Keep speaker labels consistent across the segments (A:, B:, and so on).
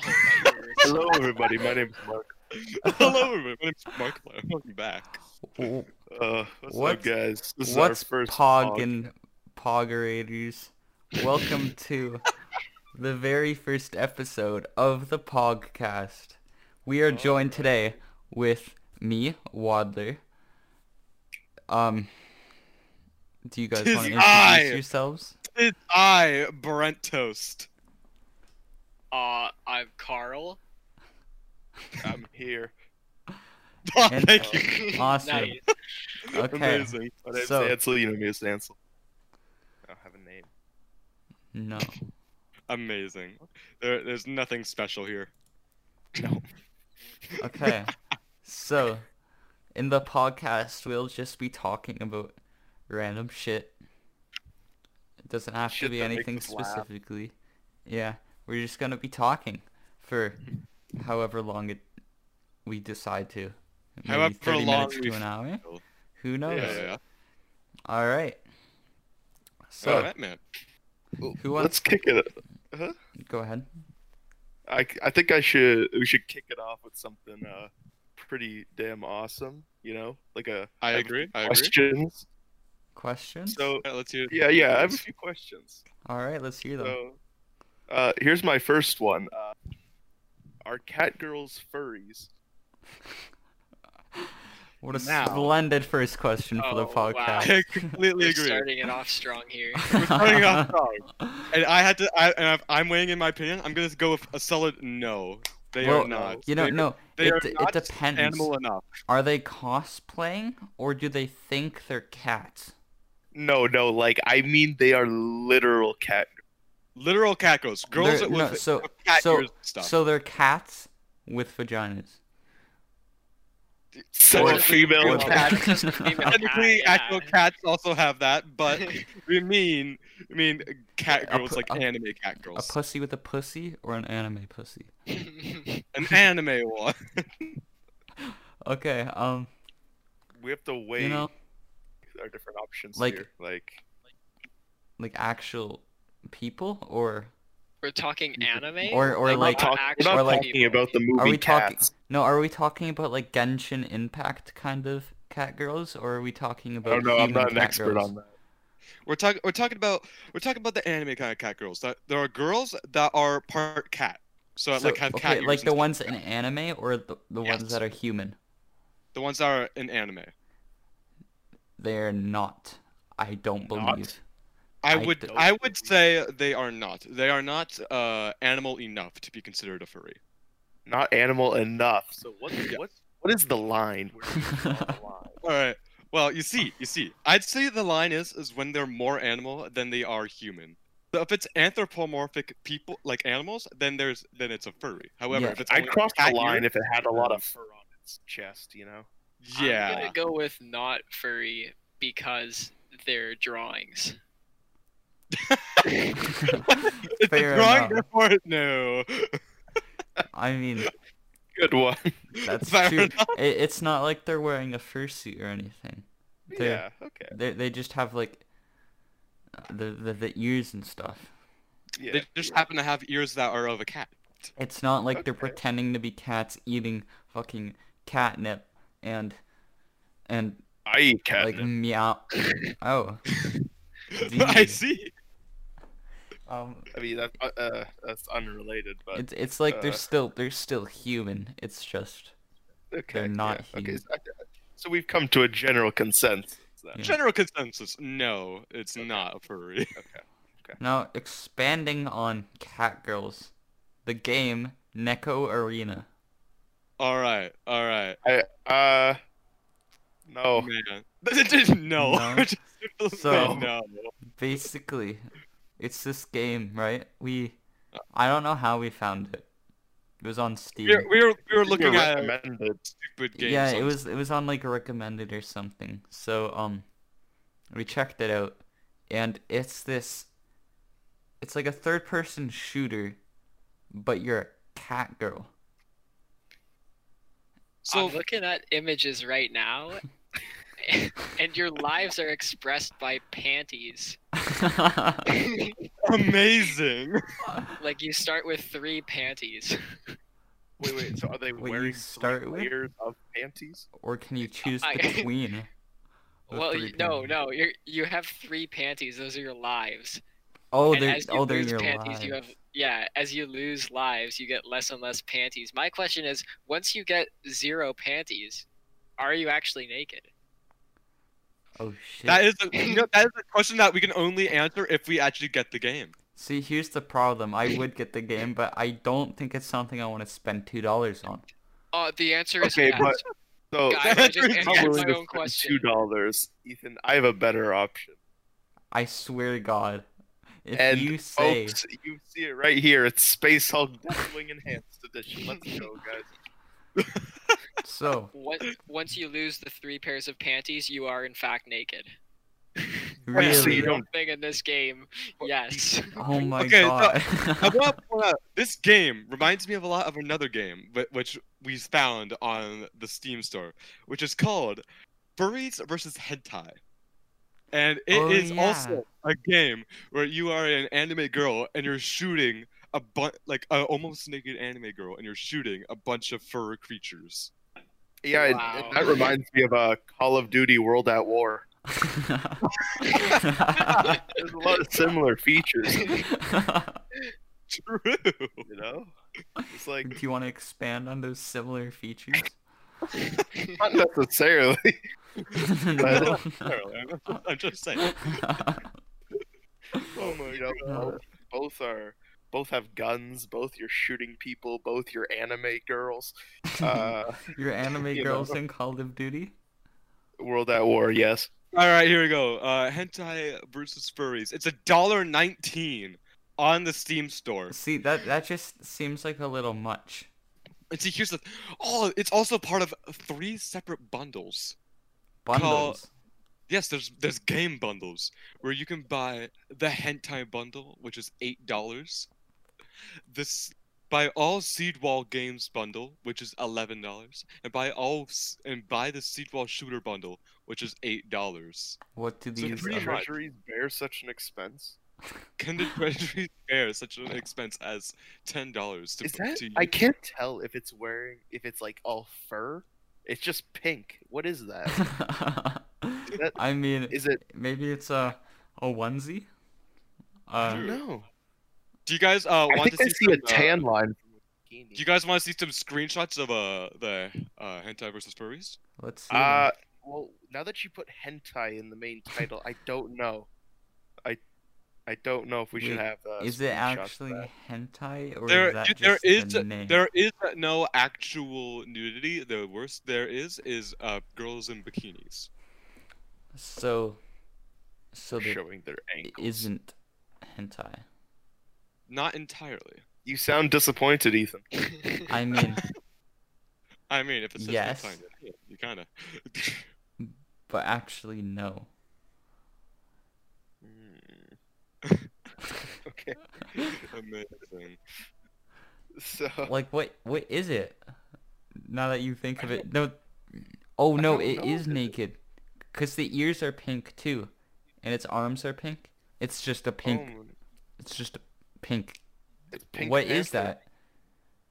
A: Hello, everybody. My name's Mark.
B: Hello, everyone. My name's Mark. Welcome back.
C: W-
A: Uh, what's
C: What's-
A: up, guys? This is our
C: What's
A: first
C: Pog and Pogerators? Welcome to the very first episode of the Pogcast. We are joined today with me, Wadler. Um, do you guys
B: Tis
C: want to
B: I.
C: introduce yourselves?
B: It's I, Brent Toast.
D: Uh, I'm Carl.
A: I'm here.
B: Oh,
C: And- uh,
B: thank you.
C: Awesome.
D: Nice.
C: Okay.
B: Amazing.
A: My name's
C: So-
A: Ansel. You know me as Ansel. I don't have a name.
C: No.
B: Amazing. There, there's nothing special here.
C: Okay. so, in the podcast, we'll just be talking about random shit. It doesn't have
A: Shit
C: to be
A: that makes
C: anything
A: us laugh.
C: specifically. Yeah, we're just gonna be talking for however long it we decide to. Maybe
B: However
C: 30
B: long
C: minutes
B: we
C: to an hour.
B: feel.
C: Who knows?
B: Yeah, yeah.
C: All right.
B: So,
C: So,
B: All right, man.
C: who
A: Let's
C: wants?
A: kick it.
C: Go ahead.
A: I, I think I should. We should kick it off with something uh, pretty damn awesome. You know, like a
B: I
A: have a
B: agree. I agree.
A: questions.
C: Questions.
A: So
B: All right, let's hear.
A: yeah, yeah. I have a few questions.
C: All right, let's hear them.
A: So, uh, here's my first one. Uh, are cat girls furries?
C: what a
B: now-
C: splendid first question for the
D: Oh, wow.
C: podcast.
B: I completely
D: We're
B: agree.
D: starting it off strong here.
B: We're starting off strong. And I had to. I, and I've, I'm weighing in my opinion. I'm gonna go with a solid no. They
C: Well,
B: are not.
C: You know,
B: They-
C: no.
B: they
C: it,
B: are
C: d-
B: not
C: it depends.
B: Animal enough.
C: Are they cosplaying or do they think they're cats?
A: No, no. Like I mean, they are literal cat.
B: Literal cat girls. Girls
C: They're-
B: with
C: no, so-
B: with cat
C: so-
B: ears and stuff.
C: So they're cats with vaginas.
A: So
B: Or
A: female
D: Real
C: Or-
A: cat.
D: cats, just a female cat,
B: Technically,
D: yeah.
B: actual cats also have that, but we mean, I mean, cat
C: A
B: girls
C: pu-
B: like
C: a-
B: anime cat
C: A
B: girls,
C: pussy with a pussy or an anime pussy?
B: an anime one.
C: Okay, um,
A: We have to weigh
C: you know,
A: our different options
C: Like-
A: here. Like
C: like actual people or
D: We're talking anime.
C: Or- or
D: we're
C: like-
D: not
A: talk- we're
D: actual
A: not
C: or like-
A: talking about the movie
C: are we talking
A: Cats.
C: No, are we talking about like Genshin Impact kind of cat girls or are we talking
A: I
C: about
A: don't know. I'm
C: human
A: not an
C: cat
A: expert
C: girls?
A: on that.
B: We're talking, we're talking about, we're talking about the anime kind of cat girls. That there are girls that are part cat, so,
C: So,
B: like have cat
C: okay,
B: ears
C: like
B: and
C: the
B: stuff
C: ones
B: that.
C: in anime or the, the
B: Yes.
C: ones that are human?
B: the ones that are in anime.
C: They're not. I don't
A: Not?
C: believe.
B: I
C: I
B: would,
A: don't
B: I would
A: believe-
B: say they are not. They are not uh, animal enough to be considered a furry.
A: Not animal enough. So what?
B: Yeah.
A: What? What is the line? Where do we draw the line?
B: All right. Well, you see, you see. I'd say the line is is when they're more animal than they are human. So if it's anthropomorphic people like animals, then there's then it's a furry. However,
C: Yeah.
B: if it's
A: I'd
B: only
A: cross the
B: cat
A: line if
B: ears-
A: it had a lot of fur on its chest. You know.
D: I'm
B: yeah,
D: gonna go with not furry because they're drawings.
B: it's
C: Fair
B: a drawing.
C: enough.
B: Therefore, no.
C: I mean,
A: Good one.
C: that's
B: Fair
C: true.
B: enough.
C: It, it's not like they're wearing a fursuit or anything. They're-
A: Yeah. Okay.
C: They they just have like uh, the the, the ears and stuff.
A: Yeah.
B: They just happen to have ears that are of a cat.
C: It's not like they're
A: Okay.
C: pretending to be cats eating fucking catnip and and
A: I eat cat.
C: like meow. Oh,
B: I
C: Indeed.
B: see.
C: um,
A: I mean, that's uh, uh, that's unrelated, but
C: it's it's like they're
A: uh,
C: still they're still human. It's just
A: okay.
C: not
A: yeah, okay.
C: human.
A: So, so we've come to a general consensus. then.
C: Yeah.
B: General consensus: no, it's not a furry.
C: now expanding on cat girls, the game Neko Arena.
B: All right, all right.
A: Uh, no.
B: man. no.
C: Oh. No.
B: Just-
C: So-
B: no.
C: basically it's this game right we i don't know how we found it it was on steam
B: We were, we were, we were looking
A: You're
B: at
A: recommended.
B: stupid games.
C: yeah it
B: on
C: was it was on like recommended or something so um we checked it out and it's this it's like a third person shooter but you're a cat girl
B: So
D: I'm looking at images right now, and your lives are expressed by panties.
B: amazing.
D: Like you start with three panties.
A: Wait, wait. So are they
C: What you
A: wearing
C: start
A: three
C: with?
A: layers of panties?
C: Or can you choose
D: I-
C: between? the
D: Well,
C: three
D: you, no,
C: panties?
D: no. You you have three panties. Those are your lives.
C: Oh,
D: and
C: they're
D: as you
C: oh, they're
D: lose
C: your
D: panties, you have
C: lives.
D: yeah. As you lose lives, you get less and less panties. My question is, once you get zero panties, are you actually naked?
C: Oh shit.
B: That is a, you know, that is a question that we can only answer if we actually get the game.
C: See, here's the problem. I would get the game, but I don't think it's something I want to spend two dollars on.
D: Uh, the answer is
A: Okay,
D: yes.
A: but- So
D: Guys,
B: that
D: I
B: answer is
D: just
A: I'm
B: not
A: not
D: answered
A: willing
D: my
A: to
D: own
A: spend
D: question.
A: two dollars, Ethan. I have a better option.
C: I swear to God, if
A: and
C: you say
A: folks, Oh, you see it right here. It's Space Hulk Deathwing Enhanced Edition. Let's go, guys.
C: so,
D: Once, once you lose the three pairs of panties, you are in fact naked.
C: really?
A: so you
D: Real
A: don't-
D: thing in this game. Yes.
C: Oh my
B: Okay, so-
C: God.
B: I want to point out, uh, this game reminds me of a lot of another game, but which we found on the Steam store, which is called Furries versus Hentai. And it is
C: Oh,
B: also a game where you are an anime girl and you're shooting a bunch, like a almost naked anime girl, and you're shooting a bunch of fur creatures.
A: Yeah, it-
D: Wow.
A: that reminds me of uh, Call of Duty World at War. There's a lot of similar features, you
B: True.
A: know. It's like
C: Do you want to expand on those similar features?
A: not necessarily.
C: No.
B: I'm just saying.
A: Oh my god. Both, both are both have guns, both you're shooting people, both you're anime girls. Uh,
C: Your anime
A: you know.
C: girls in Call of Duty?
A: World at War, yes.
B: All right, here we go. Uh, hentai versus furries. It's a dollar nineteen on the Steam store.
C: See, that that just seems like a little much.
B: And see, here's the. Oh, it's also part of three separate bundles.
C: Bundles.
B: Yes, there's there's game bundles where you can buy the hentai bundle, which is eight dollars. This buy all Seedwall games bundle, which is eleven dollars, and buy all s- and buy the Seedwall shooter bundle, which is eight dollars.
C: What do
B: So
A: Can
C: these
B: pretty
A: the
C: other-
B: much-
A: treasuries bear such an expense?
B: Can the treasury bear such an expense as ten dollars to,
A: Is
B: put
A: that
B: to
A: I
B: you?
A: can't tell if it's wearing if it's like all fur. It's just pink. What is that? that-
C: I mean,
A: Is it
C: maybe it's a a onesie.
A: I
C: Uh,
A: don't know.
B: Do you guys uh
A: I
B: want
A: think
B: Oh, to
A: I
B: see,
A: see
B: some,
A: a tan line from
B: Uh, do you guys want to see some screenshots of uh the uh hentai versus furries?
C: let's
B: Hmm.
C: see.
A: Uh well now that you put hentai in the main title, I don't know. I I don't know if we should
C: Wait,
A: have uh,
C: is it
A: screenshots of
C: actually
A: that.
C: hentai or
B: There-
C: is that
B: dude,
C: just
B: there is
C: the
B: a-
C: name?
B: There is no actual nudity. The worst there is is uh girls in bikinis.
C: So, so there
A: showing their ankles?
C: isn't hentai.
B: Not entirely.
A: You sound disappointed, Ethan.
C: I mean,
B: I mean, if it says hentai,
C: Yes.
B: then, yeah, you kind of.
C: but actually no.
B: Hmm.
A: okay.
B: Amazing.
A: So
C: Like what? What is it? Now that you think of it, no. Oh no,
A: don't
C: it
A: know
C: is
A: if it-
C: naked, cause the ears are pink too, and its arms are pink. It's just a pink.
A: um,
C: It's just a pink.
A: it's
C: What is
A: Pink Panther.
C: that?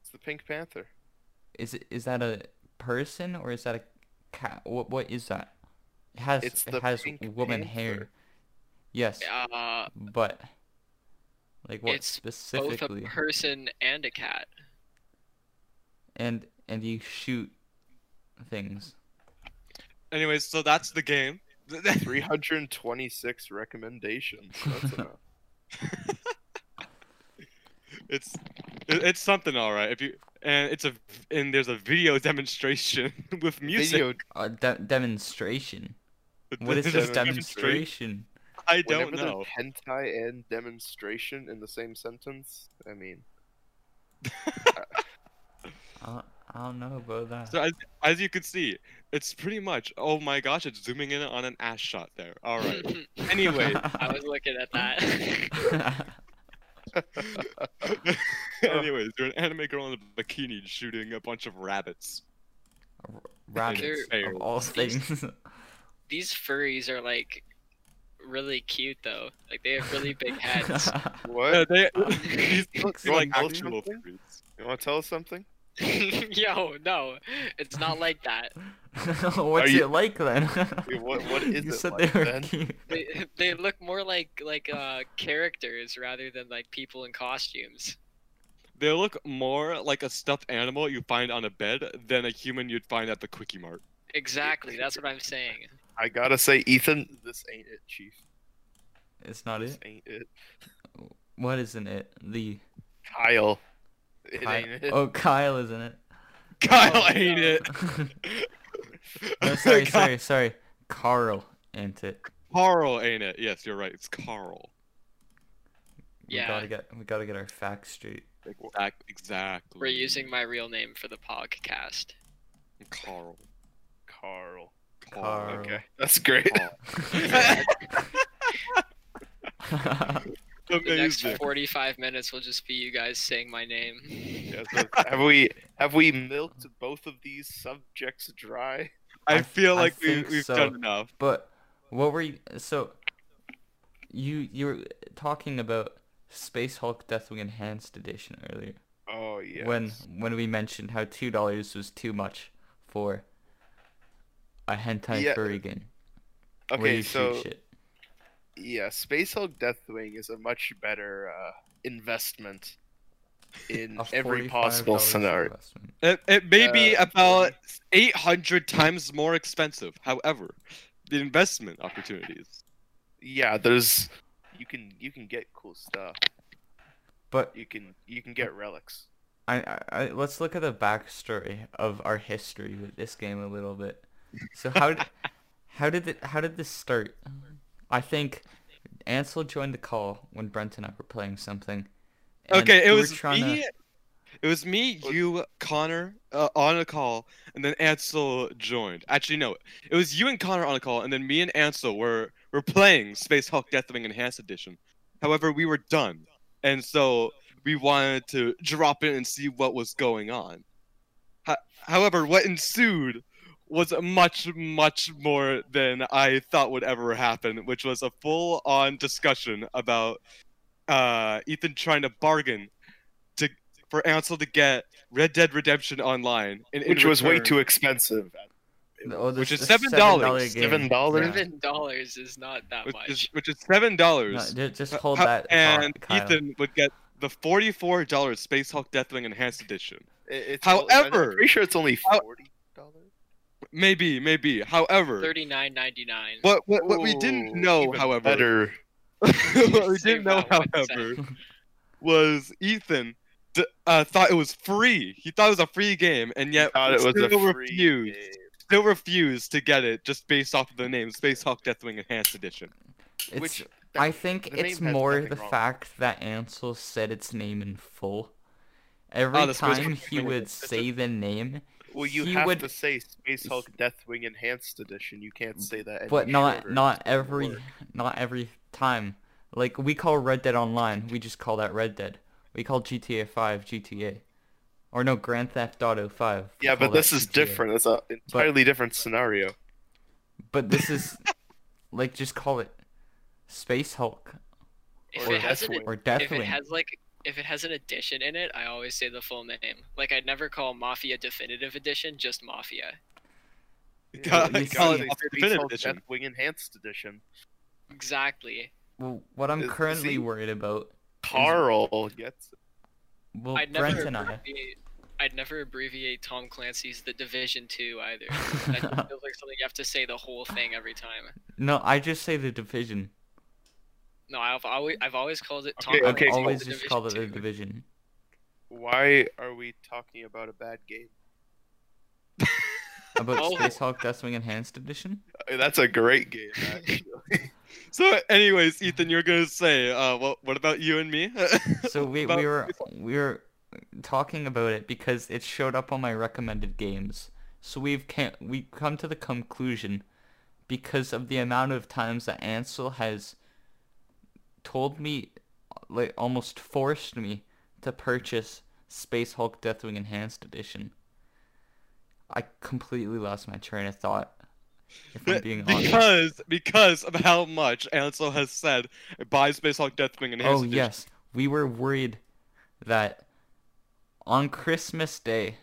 A: It's the Pink Panther.
C: Is it? Is that a person or is that a cat? What? What is that? It has.
A: It's the
C: it has
A: Pink
C: woman hair.
A: Panther.
C: Yes,
D: uh,
C: but like what
D: It's both a
C: specifically?
D: person and a cat.
C: And and you shoot things.
B: Anyways, so that's the game.
A: 326 recommendations. That's enough.
B: It's it, it's something all right. If you and it's a and there's a video demonstration with music.
A: Video,
C: A de- demonstration. What is
A: There's
C: this
A: a
C: demonstration?
B: I don't
A: whenever there's
B: know.
A: hentai and demonstration in the same sentence, I mean,
C: I don't, I don't know about that.
B: So as, as you can see, it's pretty much. Oh my gosh, it's zooming in on an ass shot there. All right. Anyway,
D: I was looking at that.
B: anyways, you're an anime girl in a bikini shooting a bunch of rabbits.
C: Rabbits of
B: Fair.
C: all things.
D: These furries are like really cute though. Like they have really big heads.
A: what?
B: Uh, they, these look
A: You wanna
B: like
A: tell us
B: actual
A: something?
B: furries.
A: You want to tell us something?
D: Yo, no, it's not like that.
C: What's
A: you-
C: it like then?
A: Wait, what- what is
C: you
A: it
C: said
A: like
C: they were
A: then?
C: cute.
D: They they look more like like uh characters rather than like people in costumes.
B: They look more like a stuffed animal you find on a bed than a human you'd find at the Quickie Mart.
D: Exactly, that's what I'm saying.
A: I gotta say, Ethan, this ain't it, Chief.
C: It's not
A: This
C: it.
A: ain't it.
C: What isn't it? The
A: Kyle, it
C: Ky-
A: ain't it.
C: oh Kyle isn't it?
B: Kyle
D: Oh,
B: ain't
D: no.
B: it.
C: no, sorry,
B: Ky-
C: sorry, sorry. Carl ain't it?
B: Carl ain't it. Yes, you're right. It's Carl.
C: We
D: Yeah.
C: gotta get we gotta get our facts straight.
B: Exact, exactly.
D: We're using my real name for the podcast.
B: Carl.
A: Carl.
C: Carl.
A: Okay, that's great.
B: Carl.
D: The next
B: Amazing.
D: 45 minutes will just be you guys saying my name.
A: Yeah, so have we have we milked both of these subjects dry?
B: I
C: I-
B: feel
C: I
B: like we,
C: think
B: we've
C: so.
B: done enough.
C: but what were you? So you you were talking about Space Hulk Deathwing Enhanced Edition earlier.
A: Oh yeah.
C: when when we mentioned how two dollars was too much for a hentai
A: Yeah.
C: furry game where
A: okay,
C: you
A: so
C: shoot shit.
A: yeah, Space Hulk Deathwing is a much better uh, investment in
C: A
A: every
C: $45
A: possible scenario.
C: investment.
B: It, it may be
A: Uh,
B: about 800 times more expensive. However, the investment opportunities.
A: Yeah, there's you can you can get cool stuff.
C: But
A: You can you can get relics.
C: I, I, I let's look at the backstory of our history with this game a little bit. So how did how did it how did this start? I think Ansel joined the call when Brent and I were playing something. and
B: okay, it
C: we were
B: was
C: trying
B: me. It was me, you, Connor, uh, on a call, and then Ansel joined. Actually, no, it was you and Connor on a call, and then me and Ansel were were playing Space Hulk Deathwing Enhanced Edition. However, we were done, and so we wanted to drop in and see what was going on. Ho- however, what ensued was much, much more than I thought would ever happen, which was a full-on discussion about uh, Ethan trying to bargain to for Ansel to get Red Dead Redemption Online, and in
A: Which was way
B: return-
A: too expensive.
C: to, oh, this-
B: Which is
C: this
B: $7.
C: $7 game.
A: Seven dollars?
D: Eleven dollars is not that
B: which
D: much.
B: is which is seven
C: No,
B: dollars.
C: ju- just hold
B: Ho-
C: that. Kyle-
B: Uh, and
C: Kyle.
B: Ethan would get the forty-four dollars Space Hulk Deathwing Enhanced Edition.
A: It's
B: However-
A: I'm pretty sure it's only
B: How-
A: forty dollars.
B: Maybe, maybe. However,
D: Thirty-nine ninety-nine.
B: what what, what we didn't know, however,
A: better.
B: what we didn't
D: Save
B: know,
D: that one
B: however, was Ethan d- uh, thought it was free. He thought it was a free game, and yet
A: Thought it was
B: still
A: a free
B: refused.
A: game.
B: Still refused to get it just based off of the name Space Hulk Deathwing Enhanced Edition.
C: It's-
A: Which
C: I think
A: the
C: it's
A: name has
C: more
A: nothing
C: the
A: wrong.
C: fact that Ansel said its name in full. Every
B: Oh, this was-
C: time he would say the name,
A: Well, you
C: he
A: have
C: would-
A: to say Space Hulk Deathwing Enhanced Edition. You can't say that. any
C: but not
A: shorter.
C: not every
A: work.
C: not every time. Like we call Red Dead Online, we just call that Red Dead. We call GTA 5 GTA, or no Grand Theft Auto 5. we
A: Yeah,
C: call
A: but
C: that
A: this is
C: GTA.
A: different. It's a entirely different scenario.
C: But this is like just call it Space Hulk
D: if
A: Or
D: it has an,
A: Deathwing.
C: or
D: if it
C: Deathwing.
D: has like if it has an edition in it, I always say the full name. Like I'd never call Mafia Definitive Edition just
B: Yeah,
D: Mafia.
A: You
C: you
A: gotta
C: see-
A: say
B: Hulk
A: Space
B: Definitive
A: Hulk
B: Edition.
A: Deathwing Enhanced Edition.
D: Exactly.
C: Well, what I'm
A: Is- is
C: currently
A: he-
C: worried about,
A: Carl gets.
C: well,
D: I'd never
C: Brent and I.
D: abbreviate- I'd never abbreviate Tom Clancy's The Division 2 either. That just feels like something you have to say the whole thing every time.
C: No, I just say the division.
D: No, I've always I've always called it Tom
A: Okay,
C: I've
A: okay,
D: Clancy's
A: so-
C: always just
D: The Division
C: called it the
D: 2.
C: division.
A: Why are we talking about a bad game?
C: About
D: Oh.
C: Space Hulk Deathwing Enhanced Edition?
A: Uh, That's a great game. actually.
B: So, anyways, Ethan, you're gonna say, uh, what what about you and me?
C: So we,
B: About
C: we were we were talking about it because it showed up on my recommended games. So we've can we come to the conclusion because of the amount of times that Ansel has told me like almost forced me to purchase Space Hulk Deathwing Enhanced Edition. I completely lost my train of thought. If I'm
B: Be-
C: being honest.
B: because because of how much Ansel has said buy Space Hulk Deathwing and
C: Oh yes, we were worried that on Christmas Day,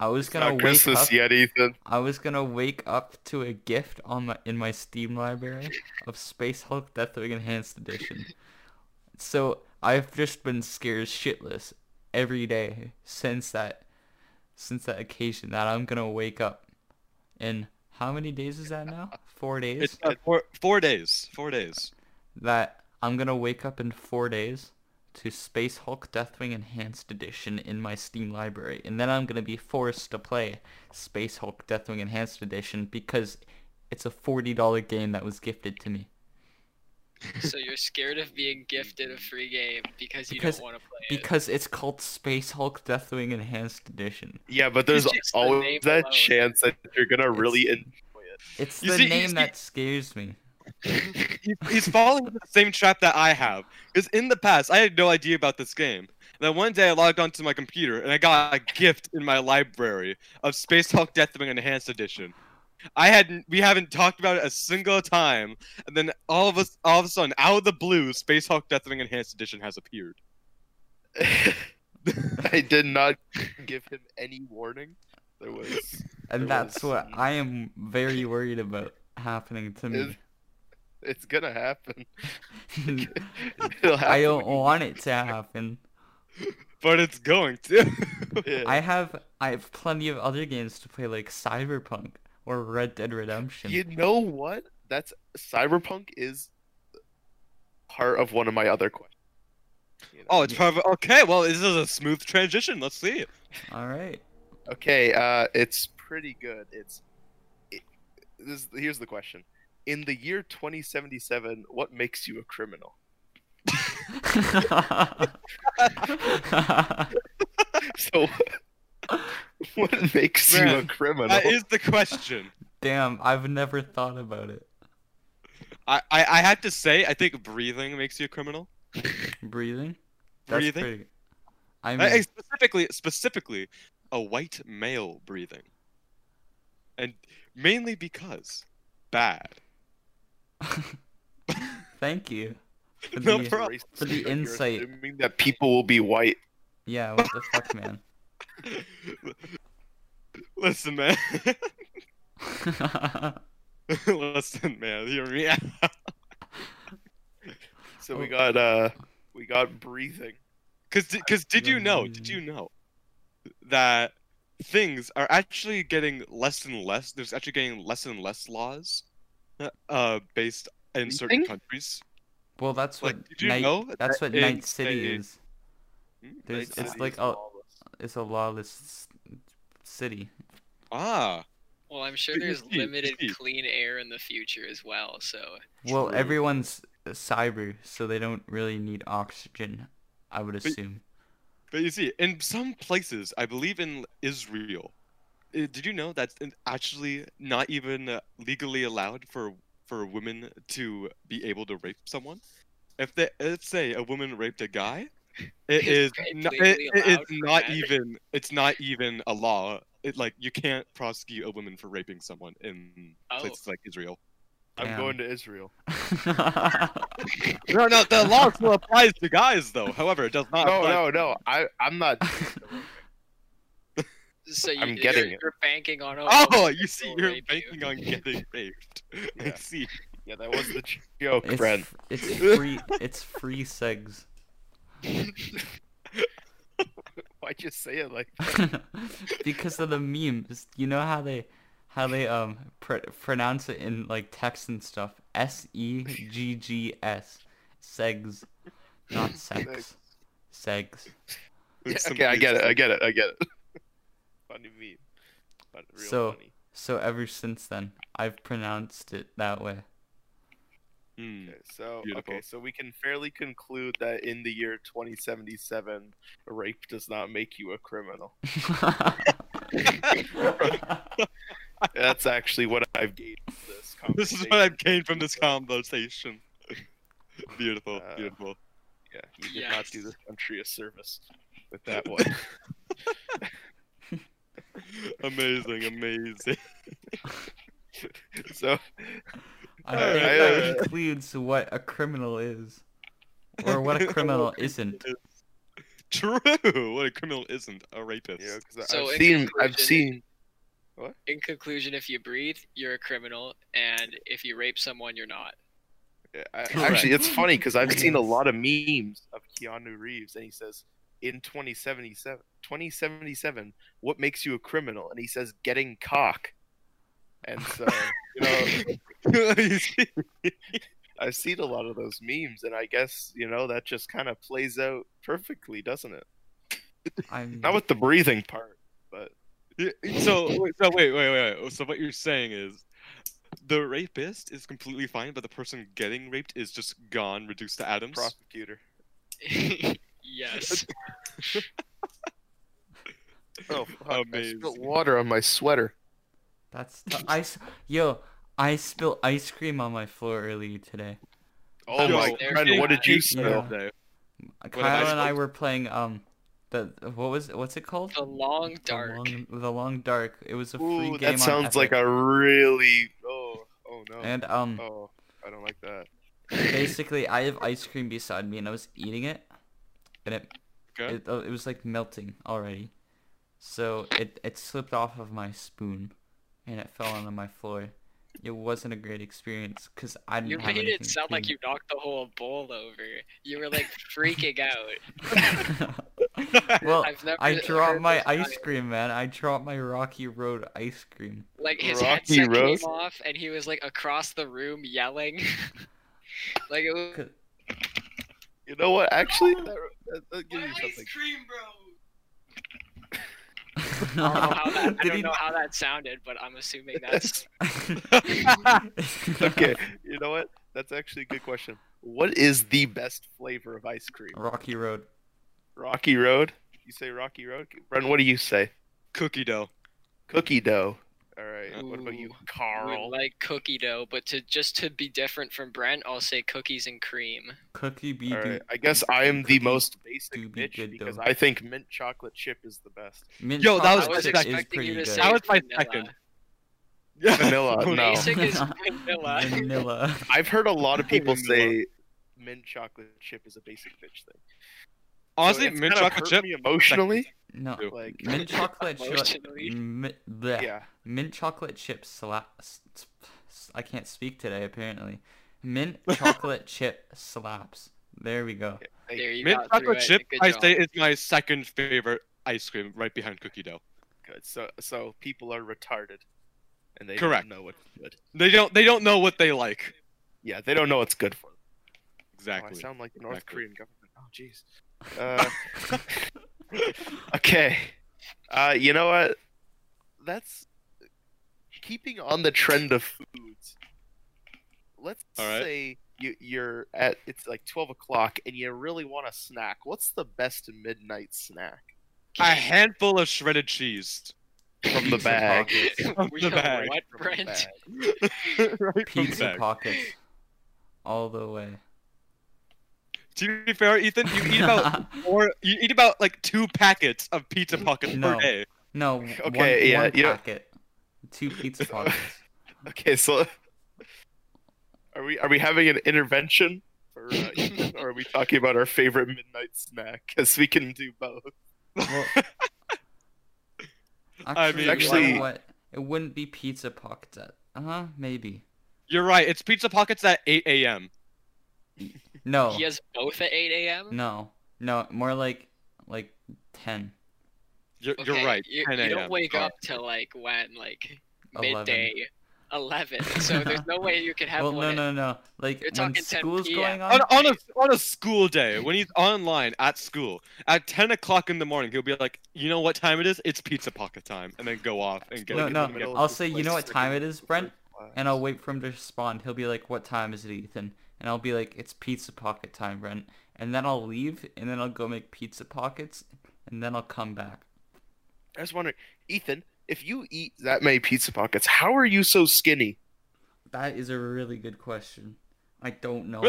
C: I was gonna
A: Not
C: wake
A: Christmas
C: up.
A: yet, Ethan.
C: I was gonna wake up to a gift on my in my Steam library of Space Hulk Deathwing Enhanced Edition. So I've just been scared shitless every day since that since that occasion that I'm gonna wake up. In how many days is that now? Four days.
B: It's uh, four, four days. Four days.
C: that I'm gonna wake up in four days to Space Hulk Deathwing Enhanced Edition in my Steam library, and then I'm gonna be forced to play Space Hulk Deathwing Enhanced Edition because it's a forty dollar game that was gifted to me.
D: so you're scared of being gifted a free game because you
C: Because-
D: don't want to play it.
C: Because it's called Space Hulk Deathwing Enhanced Edition.
A: Yeah, but there's
D: just the name
A: always that
D: alone.
A: chance that you're gonna really enjoy it.
C: It's
B: You
C: the
B: see- you
C: name
B: see-
C: that scares me.
B: He- He's falling into the same trap that I have. Because in the past, I had no idea about this game. Then one day I logged onto my computer and I got a gift in my library of Space Hulk Deathwing Enhanced Edition. I hadn't, we haven't talked about it a single time, and then all of us, all of a sudden, out of the blue, Space Hulk Deathwing Enhanced Edition has appeared.
A: I did not give him any warning. There was
C: And
A: There
C: that's
A: was-
C: what I am very worried about happening to me.
A: it's gonna happen. It'll
C: I
A: happen.
C: don't want it to happen.
B: But it's going to.
A: Yeah.
C: I have I have plenty of other games to play like Cyberpunk or Red Dead Redemption.
A: You know what? That's Cyberpunk is part of one of my other questions. You know?
B: oh, it's probably okay. Well, this is a smooth transition. Let's see.
C: All right.
A: Okay, uh, it's pretty good. It's it, this. Here's the question: In the year 2077, what makes you a criminal? So, what makes you a
B: Man,
A: criminal?
B: That is the question.
C: Damn, I've never thought about it.
B: I, I, I have to say, I think breathing makes you a criminal.
C: Breathing? That's
B: Breathing?
C: pretty- I
B: I-
C: mean,
B: I- specifically, specifically, a white male breathing. And mainly because bad.
C: thank you. For
B: No
C: the,
B: problem.
A: Racist,
C: for the
A: but you're
C: insight.
A: assuming that people will be white.
C: yeah, what the fuck, man?
B: Listen, man. Listen, man. Hear me out.
A: So we
C: Oh.
A: got uh, we got breathing.
B: Cause, di- cause did you know? Did you know that things are actually getting less and less? There's actually getting less and less laws, uh, based in certain
D: Breathing?
B: countries.
C: well, that's what
B: Like, did you
C: night,
B: know
C: that's
B: that
C: what Night
B: in
C: City
B: a-
C: is.
B: Hmm?
C: There's,
A: Night
C: it's
A: City
C: like
A: is
C: a,
A: lawless.
C: it's a lawless s- city.
B: Ah,
D: Well, I'm sure
B: But you
D: there's
B: see- you
D: limited
B: see.
D: clean air in the future as well. So
C: Well,
B: True.
C: everyone's uh, cyber, so they don't really need oxygen, I would assume.
B: but you see, in some places, I believe in Israel, uh, did you know that's in- actually not even uh, legally allowed for for women to be able to rape someone? If they let's say a woman raped a guy, it is
D: It's great
B: not, it,
D: legally
B: it is
D: allowed for
B: not
D: men.
B: even it's not even a law. It like you can't prosecute a woman for raping someone in
D: Oh.
B: places like Israel.
A: I'm
C: Damn.
A: going to Israel.
B: No, no, the law still applies to guys though. However, it does not.
A: No,
B: apply
A: no, no. I I'm not.
D: so you,
A: I'm
D: are
A: getting it.
D: you're banking on a
B: Oh,
D: woman
B: you
D: to
B: see, you're
D: rape you.
B: banking on getting raped. I
A: Yeah.
B: see.
A: Yeah, that was the joke,
C: it's,
A: friend.
C: f- it's free. It's free segs.
A: Why'd you say it like?
C: because of the memes. You know how they, how they um pr- pronounce it in like text and stuff. S e g g s, segs, not sex. Segs.
A: Yeah,
B: Some
A: okay, I get it. I get
B: reason.
A: it. I get it. funny meme. Fun, real
C: So-
A: funny.
C: So ever since then, I've pronounced it that way.
B: Hmm.
A: Okay, so okay,
B: Beautiful.
A: so we can fairly conclude that in the year 2077, rape does not make you a criminal. That's actually what I've gained from this.
B: This is what
A: conversation.
B: I've gained from this conversation. beautiful,
A: Uh,
B: beautiful.
A: Yeah, you did not do
D: Yes.
A: this country a service with that one.
B: Amazing, amazing.
A: so
C: I
B: Alright,
C: think that
A: alright.
C: includes what a criminal is, or what a criminal isn't.
B: True. What a criminal isn't a rapist.
A: You know, 'cause
D: So
A: I've
D: in
A: seen, I've
D: conclusion-
A: seen,
D: In conclusion, if you breathe, you're a criminal, and if you rape someone, you're not.
A: Yeah, I,
B: Correct.
A: actually, it's funny because I've seen a
C: Yes.
A: lot of memes of Keanu Reeves, and he says, "In 2077, 2077, what makes you a criminal?" And he says, "Getting cock." And so, you know,
B: You see?
A: I've seen a lot of those memes, and I guess you know that just kind of plays out perfectly, doesn't it?
C: I'm
A: Not with the breathing part, but
B: Yeah, so, wait- so wait, wait, wait, wait. So what you're saying is, the rapist is completely fine, but the person getting raped is just gone, reduced to atoms.
A: prosecutor.
D: yes.
A: Oh, fuck, I
B: Amazing.
A: spilled water on my sweater.
C: That's t- ice. Yo, I spilled ice cream on my floor earlier today.
A: Oh
B: Yo,
A: my
D: there
A: friend,
D: she
A: what did you
B: is.
A: smell?
B: Yeah. did I
C: Kyle and I
B: spill?
C: were playing um, the what was what's it called?
D: The long dark.
C: The long, the long dark. It was a free
A: Ooh,
C: game.
A: that sounds like a
C: a.
A: really oh oh no
C: And um,
A: oh I don't like that.
C: basically, I have ice cream beside me, and I was eating it, and it
B: Okay.
C: it, oh, it was like melting already. So it it slipped off of my spoon, and it fell onto my floor. It wasn't a great experience because I didn't
D: You
C: have
D: made
C: anything
D: it
C: to
D: sound like you
C: clean.
D: knocked the whole bowl over. You were like freaking out.
C: well,
D: I've never.
C: Oh, I dropped
D: heard
C: my
D: this guy-
C: ice cream, man. I dropped my Rocky Road ice cream.
D: Like his
A: Rocky
D: headset
A: Road?
D: came off, and he was like across the room yelling. like it was.
C: Cause,
A: You know what? Actually, that, that, that gives you something.
D: cream, bro. I don't, know how that, I don't know how that sounded, but I'm assuming that's
A: Okay, you know what? That's actually a good question. What is the best flavor of ice cream?
C: Rocky Road.
A: Rocky Road. You say Rocky Road, Bren. What do you say?
B: Cookie dough.
A: Cookie dough. All right. What about you,
D: Ooh,
A: Carl?
D: We like cookie dough, but to just to be different from Brent, I'll say cookies and cream.
C: Cookie be
A: All right.
C: doo-
A: I guess I am the
C: cookie
A: most
C: do
A: basic
C: be
A: bitch
C: good,
A: because
C: though.
A: I think mint chocolate chip is the best.
C: Mint
B: Yo, that
D: I
B: was
C: chocolate
D: was
B: my
C: chip is
B: second.
D: expecting you
C: pretty
D: to
C: good.
D: say
B: That was my
D: vanilla.
B: second. Yeah.
A: Vanilla, no.
D: Basic is vanilla.
C: Vanilla.
A: I've heard a lot of people
B: Vanilla.
A: say mint chocolate chip is a basic bitch thing.
B: Honestly,
A: so it's
B: mint
A: kinda
B: chocolate
A: hurt
B: chip.
A: me emotionally.
C: No,
B: Ew.
A: Like,
C: mint chocolate chip.
D: Emotionally.
C: mi- bleh.
A: yeah.
C: Mint chocolate chip slap. I can't speak today. Apparently, mint chocolate chip slaps. There we go.
A: Thank
D: There you
B: Mint
D: got through
B: chocolate
D: it.
B: chip,
D: Good
B: I
D: job.
B: say, is my second favorite ice cream, right behind cookie dough.
A: Good. So so people are retarded, and they
B: Correct.
A: don't know what's good.
B: They don't. They don't know what they like.
A: Yeah, they don't know what's good for them. Oh, I
B: Exactly.
A: sound like the North
B: Exactly.
A: Korean government. Oh, jeez. Uh, okay. Uh, you know what? That's keeping on the trend of foods. Let's
B: All right.
A: say you, you're at it's like twelve o'clock and you really want a snack. What's the best midnight snack
B: A handful of shredded cheese.
A: from the
C: Pizza
A: bag?
C: pockets.
B: From
D: We
B: the
D: know
B: bag.
D: what,
A: From the
D: Brent?
A: bag.
B: right from the
C: Pizza
B: bag.
C: pockets, all the way.
B: To be fair, Ethan, you eat about four. You eat about like two packets of pizza pockets
C: No.
B: per day.
C: no.
A: Okay,
C: one,
A: yeah,
C: one
A: you know-
C: packet, two pizza pockets.
A: Okay, so are we are we having an intervention for uh, Ethan, or are we talking about our favorite midnight snack? Because we can do both.
C: Well,
B: I mean,
C: actually, you
A: actually-
C: know what? It wouldn't be pizza pockets. At, uh, maybe.
B: You're right. It's pizza pockets at 8 a.m.
C: No.
D: He has both at 8 a.m.
C: No, no, more like like ten.
B: You're,
D: Okay,
B: you're right.
D: You,
B: 10
D: you don't
B: a.m.,
D: wake
B: sorry.
D: up till like when, like
C: 11.
D: midday, 11. So there's no way you could have
C: well,
D: one.
C: no, no,
D: at-
C: no. Like
D: You're
C: when
D: talking 10
C: school's
D: PM.
C: going on.
B: on, on a on a school day when he's online at school at 10 o'clock in the morning he'll be like you know what time it is it's pizza pocket time and then go off and get
C: No,
B: it.
C: no,
A: in the middle of
C: I'll
A: this
C: say, you
A: place
C: know what
A: freaking
C: time it is, Brent?
A: class.
C: And I'll wait for him to respond. He'll be like, "What time is it, Ethan?" And I'll be like, "It's pizza pocket time, Brent." And then I'll leave, and then I'll go make pizza pockets, and then I'll come back.
A: I was wondering, Ethan, if you eat that many pizza pockets, how are you so skinny?
C: That is a really good question. I don't know.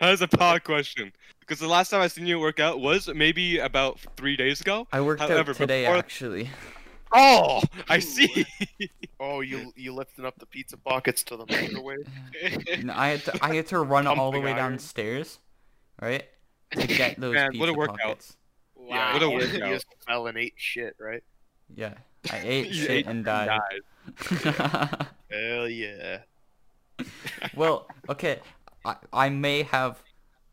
B: that's a pod question because the last time i seen you work out was maybe about three days ago
C: I worked
B: However,
C: out today,
B: before-
C: actually.
B: oh i see
A: Oh, you you lifting up the pizza pockets to the microwave?
C: And I had to, I had to run all the
A: Pumping
C: way
A: iron.
C: downstairs, right, to get those
B: Man,
C: pizza
B: what a workout.
C: pockets.
D: Wow.
B: What a
A: he, just- he
B: workout.
A: just fell and ate shit, right?
C: Yeah. I ate
B: You
C: shit
B: ate
C: and died.
A: Hell yeah.
C: well, okay. I, I may have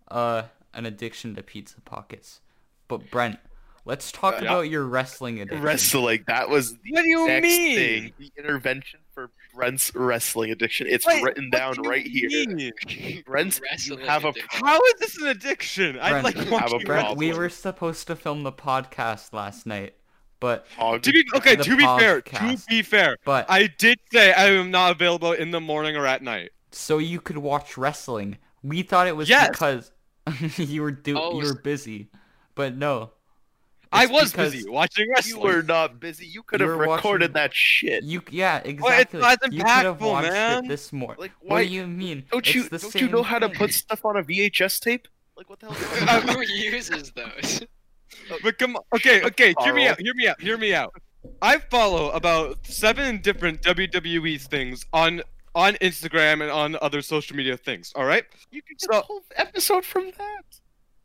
C: uh, an addiction to pizza pockets. But Brent, let's talk
A: Yeah.
C: about your wrestling addiction.
A: Wrestling. That was the
B: What do you
A: next
B: mean?
A: thing. The intervention for Brent's wrestling addiction. It's
B: Wait,
A: written
B: what
A: down
B: do you
A: right here.
B: mean?
A: Brent, you
D: Wrestling
A: have a
D: addiction.
B: How is this an addiction? I
C: Brent,
B: like
C: Have
A: a
B: watching
C: Brent,
B: wrestling.
A: problem.
C: we were supposed to film the podcast last night, but
A: problem.
B: To be okay,
C: The
B: to be fair, to
C: podcast.
B: be fair,
C: but
B: I did say I am not available in the morning or at night.
C: so you could watch wrestling. We thought it was
B: Yes.
C: because you were do-
D: Oh,
C: you
D: s-
C: were busy, but no.
B: I
C: It's
B: was
C: because
B: busy watching wrestling.
A: You were not busy. You could
C: You
A: have
C: were watching-
A: recorded that shit.
C: You yeah exactly.
B: not
C: you could have
B: impactful,
C: watched
B: man.
C: it this morning.
A: Like,
C: What
A: why?
C: do you mean?
A: don't
C: It's
A: you
C: the
A: don't you know
C: same
A: how to
C: thing.
A: put stuff on a VHS tape? Like what the hell? is
B: Uh,
A: going on?
D: Who uses those?
B: But come on. Okay, okay, hear me
A: Carl.
B: out, hear me out, hear me out. I follow about seven different WWE things on on Instagram and on other social media things, all right?
A: you could
B: So-
A: get a whole episode from that.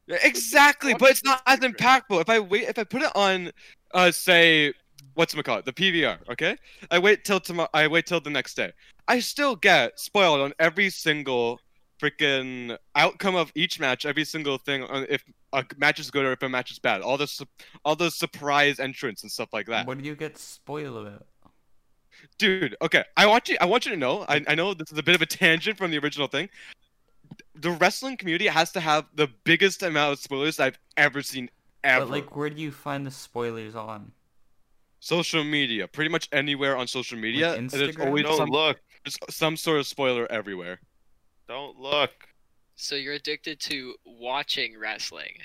B: Exactly, but it's not as
A: Instagram.
B: impactful. If I wait if I put it on uh say what's it called? The PVR, okay? I wait till tomorrow I wait till the next day. I still get spoiled on every single freaking outcome of each match, every single thing on if a match is good or if a match is bad. All the su- all the surprise entrance and stuff like that.
C: What do you get spoiled about?
B: Dude, okay. I want you. I want you to know. I, I know this is a bit of a tangent from the original thing. The wrestling community has to have the biggest amount of spoilers I've ever seen ever.
C: But like, where do you find the spoilers on?
B: social media, pretty much anywhere on social media, there's
C: Instagram?
B: always
A: Don't
B: some,
A: look.
B: there's some sort of spoiler everywhere.
A: Don't look.
D: So you're addicted to watching wrestling.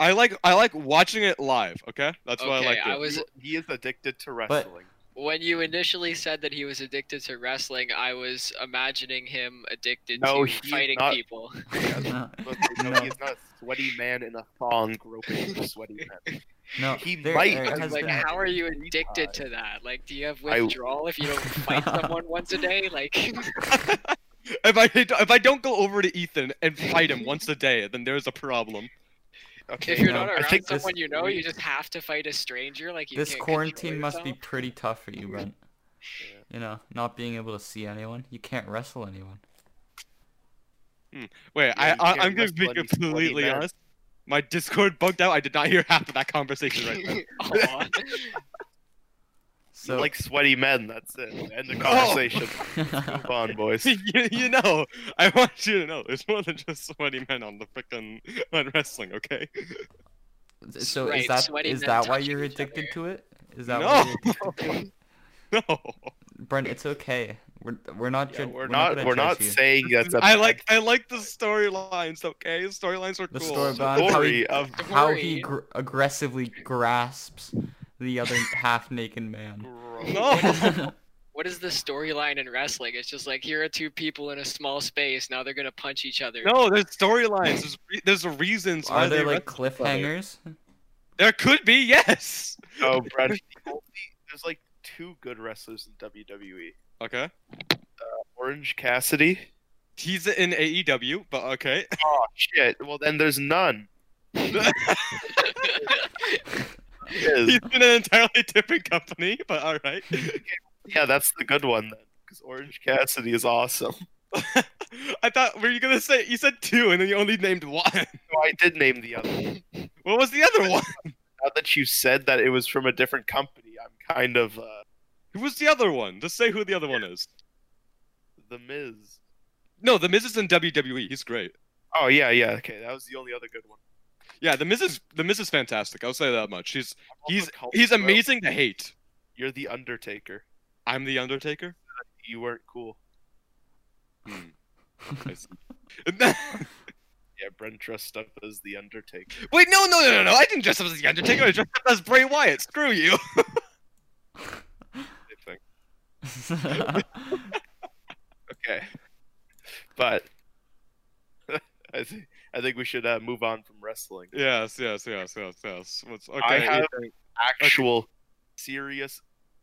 B: I like I like watching it live. Okay, that's what I
D: okay,
B: like.
D: I
B: doing.
D: was
A: He is addicted to wrestling.
D: when you initially said that he was addicted to wrestling, I was imagining him addicted
A: No,
D: to
A: he's
D: fighting
A: not.
D: people.
C: No,
A: Look, you know, he is not a sweaty man in a thong groping for sweaty men.
C: no.
A: He
C: there,
A: might
C: there uh,
A: have,
C: has
D: like,
C: been-
D: how are you
A: three
D: addicted to that? Like, do you have withdrawal if you don't fight someone once a day? Like,
B: if I if I don't go over to Ethan and fight him once a day, then there's a problem.
A: Okay.
D: if you're
C: No,
D: not
A: I
D: around
A: think
C: this-
D: someone you know, you just have to fight a stranger. Like, you
C: this
D: can't control
C: quarantine must be
D: yourself?
C: pretty tough for you, Brent. You know, not being able to see anyone, you can't wrestle anyone.
B: Wait,
A: Yeah, you
B: I, I
A: can't
B: I'm gonna
A: rest
B: be
A: bloody- bloody
B: completely
A: men.
B: honest. My Discord bugged out. I did not hear half of that conversation right now.
D: Aw.
A: You
C: So
A: like sweaty men. That's it. End the
B: No.
A: conversation. Move on, boys.
B: you, you know, I want you to know, there's more than just sweaty men on the frickin' on wrestling. Okay?
C: so
D: Right,
C: is that
D: sweaty
C: is
D: men
C: that why
D: touching
C: you're
D: each
C: addicted
D: other.
C: to it? Is that why
B: No.
C: you're addicted to it?
B: No,
C: Brent, it's okay. We're we're not
A: Yeah,
C: jud-
A: we're not.
C: gonna
A: We're not
C: judge you.
A: saying that's a
B: I like I like the storylines. Okay, storylines are
C: the
B: cool.
C: story about how he,
A: story of
C: how he
D: Story.
C: gr- aggressively grasps the other half naked man.
A: gross.
B: no,
D: what is the storyline in wrestling? It's just like here are two people in a small space. Now they're gonna punch each other.
B: no, there's storylines. There's re- there's reasons why
C: Are there
B: they
C: like
B: wrestle each other.
C: cliffhangers?
B: There could be yes.
A: Oh, Brett. the only- There's like two good wrestlers in WWE.
B: Okay,
A: Orange Cassidy.
B: he's in AEW, but okay.
A: Oh shit. Well, then there's none.
B: He's
A: Is-
B: in an entirely different company, but all right.
A: yeah, that's the good one then, because Orange Cassidy is awesome.
B: I thought were you gonna say you said two and then you only named one.
A: No, I did name the other. one.
B: What was the other one?
A: Now that you said that it was from a different company, I'm kind of uh,
B: Who was the other one? Just say who the other one is.
A: the Miz.
B: No, the Miz is in WWE. He's great.
A: Oh yeah, yeah. Okay, that was the only other good one.
B: Yeah, the Miz is the Miz is fantastic. I'll say that much. He's
A: I'm also
B: he's
A: called
B: he's
A: Will.
B: amazing to hate.
A: You're the Undertaker.
B: I'm the Undertaker.
A: You weren't cool.
B: Hmm.
A: Yeah, Brent dressed up as the Undertaker.
B: Wait, no, no, no, no, no! I didn't dress up as the Undertaker. I dressed up as Bray Wyatt. Screw you.
A: I think. Okay, but I think I think we should uh, move on from wrestling.
B: Yes, yes, yes, yes, yes. What's okay?
A: I have an actual serious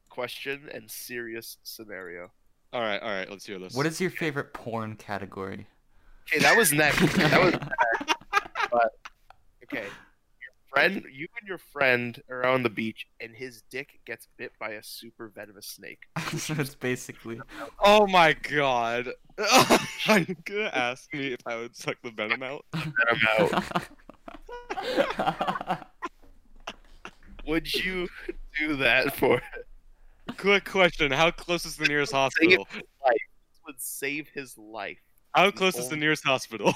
A: question and serious scenario.
B: All right, all right. Let's hear this.
C: what is your favorite porn category?
A: Okay, that was next. that was okay. Your friend, you and your friend are on the beach, and his dick gets bit by a super venomous snake.
C: so it's basically
B: Oh my god. Are you gonna ask me if I would suck the venom out?
A: Venom out. Would you do that for?
B: Quick question: How close is the nearest
A: Say it.
B: hospital?
A: This would save his life.
B: How close is the nearest hospital?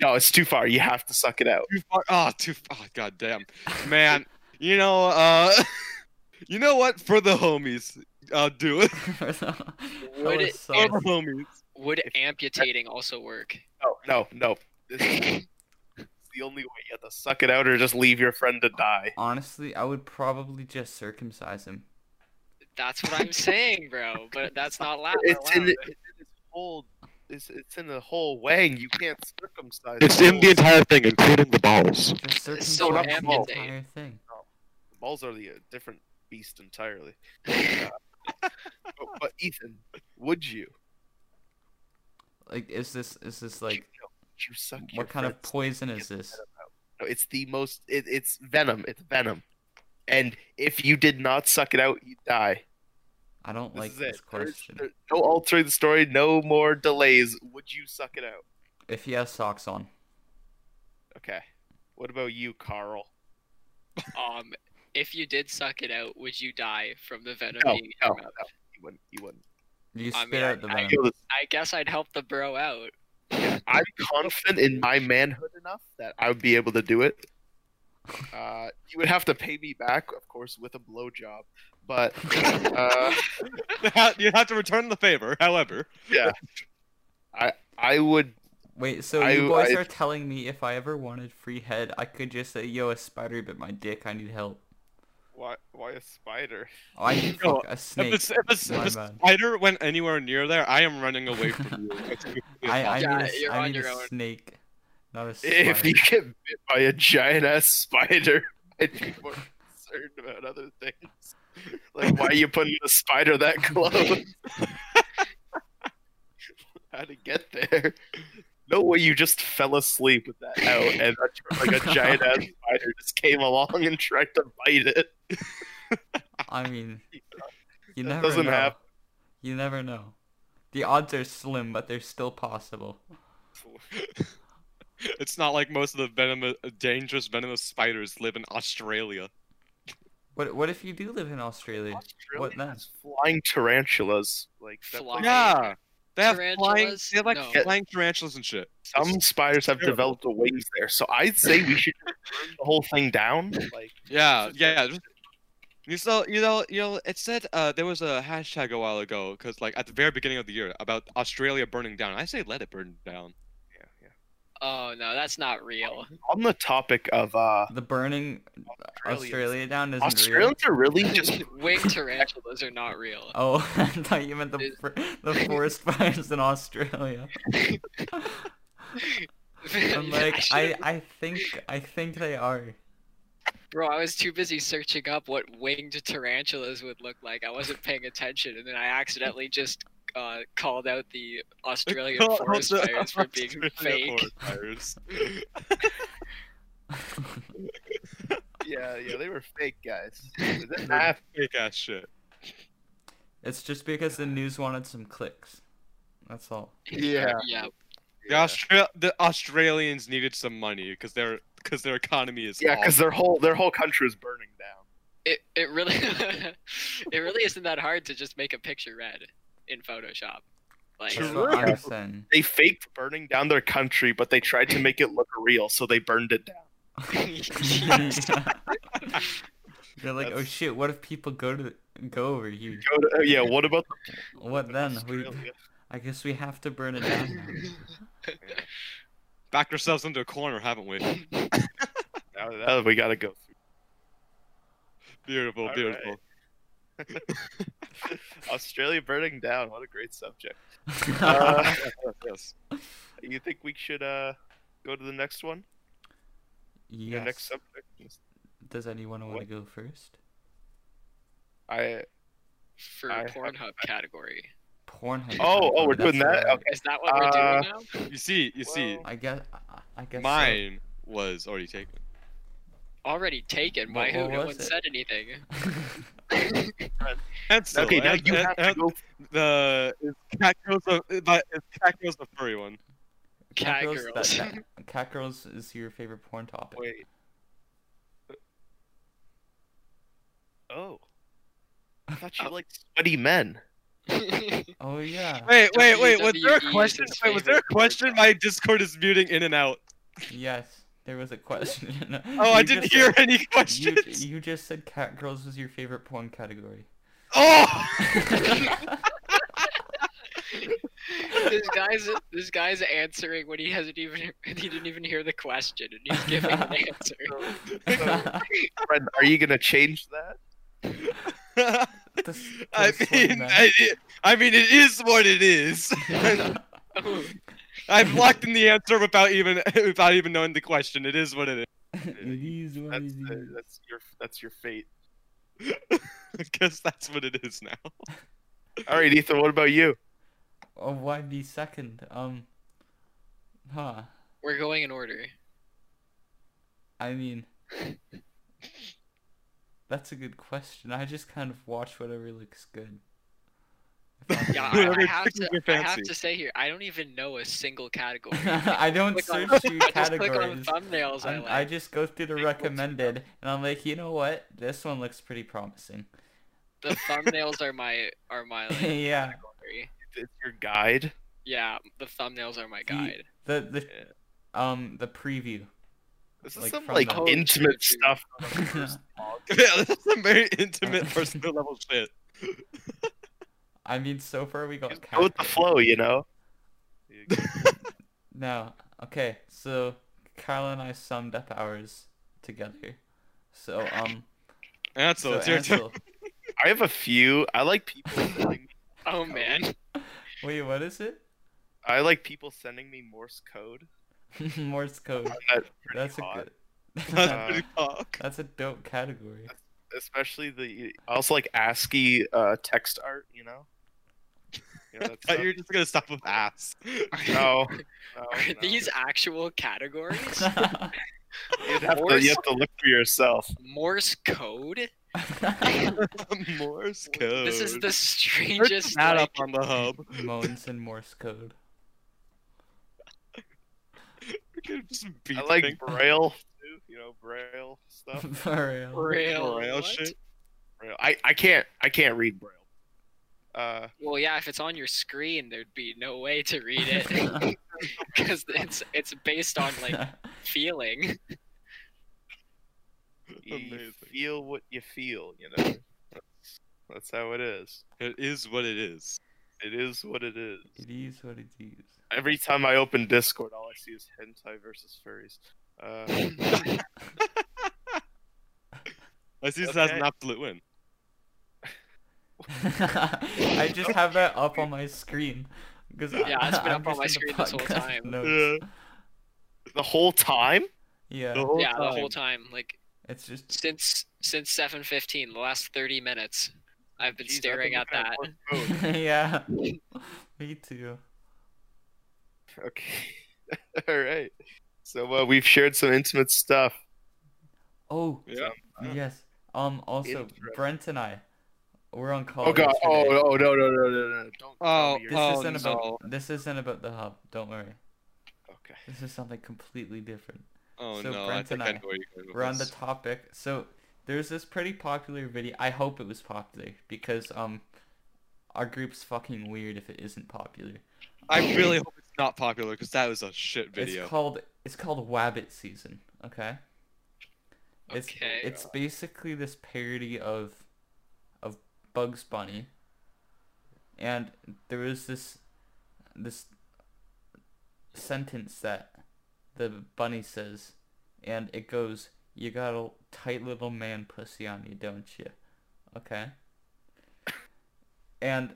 A: No, it's too far. You have to suck it out.
B: too far. Oh, too. f- Oh, god damn, man. You know, uh, you know what? For the homies, I'll do it.
D: Would it-
B: For the homies.
D: Would amputating also work?
A: No, no, no. This is the only way. You have to suck it out, or just leave your friend to die.
C: Honestly, I would probably just circumcise him.
D: That's what I'm saying, bro. But that's not la-
A: It's in,
D: allowed.
A: the, it's in this whole. It's, it's in the whole wang. You can't circumcise. balls.
B: entire thing, including the balls.
C: Just circumcise
D: so
C: the
A: amputate.
C: entire thing.
A: Balls are the uh, different beast entirely. Uh, but, but Ethan, would you?
C: Like, is this is this like
A: Would you suck your
C: what kind of
A: friend's
C: poison is
A: get the
C: this?
A: No, It's the most. It, it's venom. It's venom. And if you did not suck it out, you die.
C: I don't
A: This
C: like
A: is
C: this
A: it. There's,
C: question.
A: there- no altering the story. No more delays. Would you suck it out?
C: If he has socks on,
A: Okay. What about you, Carl?
D: Um, if you did suck it out, would you die from the venom
A: No,
D: being in your
A: no,
D: mouth?
A: You wouldn't. You wouldn't.
C: you
D: I
C: spit
D: mean,
C: out the
D: I-
C: venom.
A: Feel this-
D: I guess I'd help the bro out.
A: I'm confident in my manhood enough that I would be able to do it. Uh, you would have to pay me back, of course, with a blowjob. But uh,
B: You'd have to return the favor. However,
A: I would.
C: Wait, so
A: I-
C: you boys
A: I-
C: are telling me if I ever wanted free head, I could just say, "Yo, a spider bit my dick. I need help."
A: Why? Why a spider?
C: Oh, I need
B: No,
C: fuck, a
B: if
C: snake.
B: a, if a,
C: My
B: if a
C: bad.
B: spider went anywhere near there, I am running away from you. It's completely
C: I,
B: impossible.
C: I need a,
D: Yeah,
C: s-
D: you're
C: I
D: on
C: need
D: your
C: a
D: own.
C: snake, not a spider.
A: If you get bit by a giant ass spider, I'd be more concerned about other things. Like, why are you putting a spider that close? How to get there? No way! You just fell asleep with that out, and a, like a giant ass spider just came along and tried to bite it.
C: I mean, you
A: That
C: never
A: doesn't
C: know.
A: happen.
C: You never know. The odds are slim, but they're still possible.
B: It's not like most of the venomous, dangerous venomous spiders live in Australia.
C: What What if you do live in Australia? What
A: Australia
C: then?
A: has Flying tarantulas, like that-
D: Flying-
B: Yeah, they have flying.
D: Tarantulas?
B: They have like
D: No.
B: flying tarantulas and shit.
A: Some spiders have
B: terrible.
A: developed the wings there, so I'd say we should burn the whole thing down. Like,
B: Yeah,
A: Just-
B: yeah. just- You saw, you know, you know. It said uh, there was a hashtag a while ago because, like, at the very beginning of the year about Australia burning down. I say let it burn down.
A: yeah, yeah.
D: Oh no, that's not real.
A: on the topic of uh,
C: The burning
A: Australians.
C: Australia down isn't real.
A: Australians are really just
D: Winged tarantulas are not real.
C: Oh, I thought you meant the
D: Is-
C: fr- the forest fires in Australia. I'm like, I,
D: should've-
C: I think I think they are.
D: bro, I was too busy searching up what winged tarantulas would look like. I wasn't paying attention, and then I accidentally just uh, called out the Australian
B: All
D: forest
B: the
D: fires for being
B: Australia
D: fake.
B: forest fires.
A: yeah, yeah, they were fake guys. It didn't happen.
B: fake ass shit.
C: It's just because the news wanted some clicks. That's all.
A: Yeah,
D: Yeah,
B: The, Austra- the Australians needed some money because their because their economy is
A: yeah, because
B: awful.
A: their whole their whole country is burning down.
D: it it really it really isn't that hard to just make a picture red in Photoshop. Like,
C: That's
B: True.
C: what I'm saying.
A: They faked burning down their country, but they tried to make it look real, so they burned it down.
C: They're like, oh
A: That's-
C: shit, what if people go to go over here?
A: Go to, oh, yeah, what about the
C: What then? We,
A: Australia?
C: I guess we have to burn it down. now.
B: backed ourselves into a corner, haven't we?
A: Now that- Oh, we gotta go.
B: Beautiful,
A: All
B: beautiful.
A: Australia burning down. What a great subject. Uh,
B: Yes.
A: you think we should uh go to the next one? The
C: yes.
A: next subject.
C: Does anyone want to
A: What?
C: go first?
A: I
D: for
A: I-
D: Pornhub category.
C: Pornhub.
A: Oh, oh, we're
C: that's
A: doing that?
C: right.
A: Okay.
D: Is that what we're
A: Uh,
D: doing now?
B: You see, you see,
A: Well,
C: I guess. I- I guess. so.
B: mine was already taken.
D: already taken by
C: What-
D: who?
C: what
D: No
C: was
D: one
C: it?
D: said anything.
B: And so,
A: okay, now
B: and-
A: you
B: and-
A: have to
B: and
A: go.
B: the is cat girls a the, is cat girls a furry one?
D: Cat
C: girls, that-
D: girls.
C: that- cat girls is your favorite porn topic.
A: Wait. Oh, I thought you liked sweaty men.
C: Oh yeah,
B: Wait, wait, wait. Was there
C: E
D: WWE
B: a
D: is
B: question?
D: his
B: Wait, was there a
D: favorite
B: question?
D: porn
B: My Discord is muting in and out.
C: yes. There was a question.
B: Oh, I
C: You
B: didn't
C: just
B: hear
C: said-
B: any
C: You,
B: questions.
C: you just said cat girls was your favorite porn category.
B: Oh,
D: this guy's this guy's answering when he hasn't even he didn't even hear the question and he's giving an answer.
A: Friend, are you gonna change that?
C: This-
B: I
C: this one,
B: mean,
C: man.
B: I, I mean, it is what it is.
D: Oh,
B: I've locked in the answer without even without even knowing the question. It is what it is.
C: It is what
A: That's,
C: it
A: the,
C: is.
A: that's your that's your fate.
B: I guess that's what it is now.
A: All right, Ethan. What about you?
C: Oh, why be second? Um, huh.
D: We're going in order.
C: I mean, that's a good question. I just kind of watch whatever looks good. If I'm
D: Yeah,
C: being
D: I, I
B: Whatever
D: have
B: tickles
D: to.
B: your
D: I have
B: fancy.
D: to say here, I don't even know a single category.
C: honest. I don't
D: Click on-
C: search through
D: I just click on
C: categories.
D: thumbnails. I
C: I'm-
D: like.
C: I just go through the recommended, and I'm like, you know what? This one looks pretty promising.
D: The thumbnails are my are my like,
C: yeah.
D: category.
A: It's your guide.
D: Yeah, the thumbnails are my guide.
C: The the
A: Yeah.
C: um the preview.
A: This is
C: Like,
A: some
C: from
A: like
C: the-
A: intimate
D: True,
A: stuff.
B: yeah, that's some very intimate personal level shit.
C: I mean, so far we got.
A: Just Go with the
C: Catfish.
A: flow, you know.
C: No. Okay. So Kyle and I summed up ours together. So um.
B: Ansel,
C: so
B: it's your turn.
C: Ansel-
A: I have a few. I like people. Sending me,
D: Oh man,
C: Wait, what is it?
A: I like people sending me Morse code.
C: Morse code.
A: That's pretty
C: That's a
A: hot.
C: good.
B: That's
A: Uh,
B: pretty fuck.
C: That's a dope category.
A: especially the I also like ASCII uh, text art. You know. You know, that
B: I thought
A: stuff.
B: you were just gonna stop with ass.
A: No, no,
D: are
A: no.
D: these actual categories?
A: You'd have to, you have to look for yourself.
D: Morse code?
B: Morse code.
D: This is the
B: Search
D: strangest.
B: that
D: Like,
B: up on the hub.
C: Moans and Morse code.
B: We could just beat
A: I like
B: things.
A: Braille too. You know, Braille stuff.
C: For real.
D: braille.
B: Braille
D: what?
B: shit.
A: Braille. I I can't I can't read Braille. Uh,
D: Well, yeah, if it's on your screen, there'd be no way to read it because it's it's based on like feeling.
A: you
B: Amazing.
A: feel what you feel. You know, that's, that's how it is.
B: It is what it is.
A: It is what it is.
C: it is what it is.
A: Every time I open Discord, all I see is hentai versus furries. Uh,
B: I see this as an
A: Okay.
B: absolute win.
C: I just have that up on my screen. Cause
D: Yeah, it's been
C: I'm
D: up on my
C: just in the
D: screen this whole
C: podcast
D: time.
C: notes.
A: the whole time.
C: Yeah.
B: The whole
D: yeah,
B: time.
D: the whole time. Like
C: It's just
D: since since seven fifteen, the last thirty minutes, I've been
A: Jeez, I've
D: staring at
A: looking
D: that.
A: one phone.
C: yeah. Me too.
A: Okay. All right. So uh, we've shared some intimate stuff.
C: Oh
B: Yeah.
A: Yeah.
C: yes. Um. Also,
A: Interesting.
C: Brent and I, we're on call.
A: Oh god. Oh,
C: yesterday.
A: oh no no no no no. Don't.
B: Oh,
A: you're-
C: This
B: oh.
C: isn't
B: no.
C: about this isn't about the hub. Don't worry.
A: Okay.
C: This is something completely different.
B: Oh
C: So
B: no, I
C: Brent
B: think
C: and
B: I
C: I
B: know where you're going with
C: We're on the
B: this.
C: topic. So there's this pretty popular video. I hope it was popular because um, our group's fucking weird if it isn't popular.
B: I really hope it's not popular because that was a shit video.
C: It's called it's called Wabbit season. Okay. It's,
D: Okay.
C: It's basically this parody of of Bugs Bunny. And there was this this sentence that the bunny says, and it goes, "You got a tight little man pussy on you, don't you?" Okay. And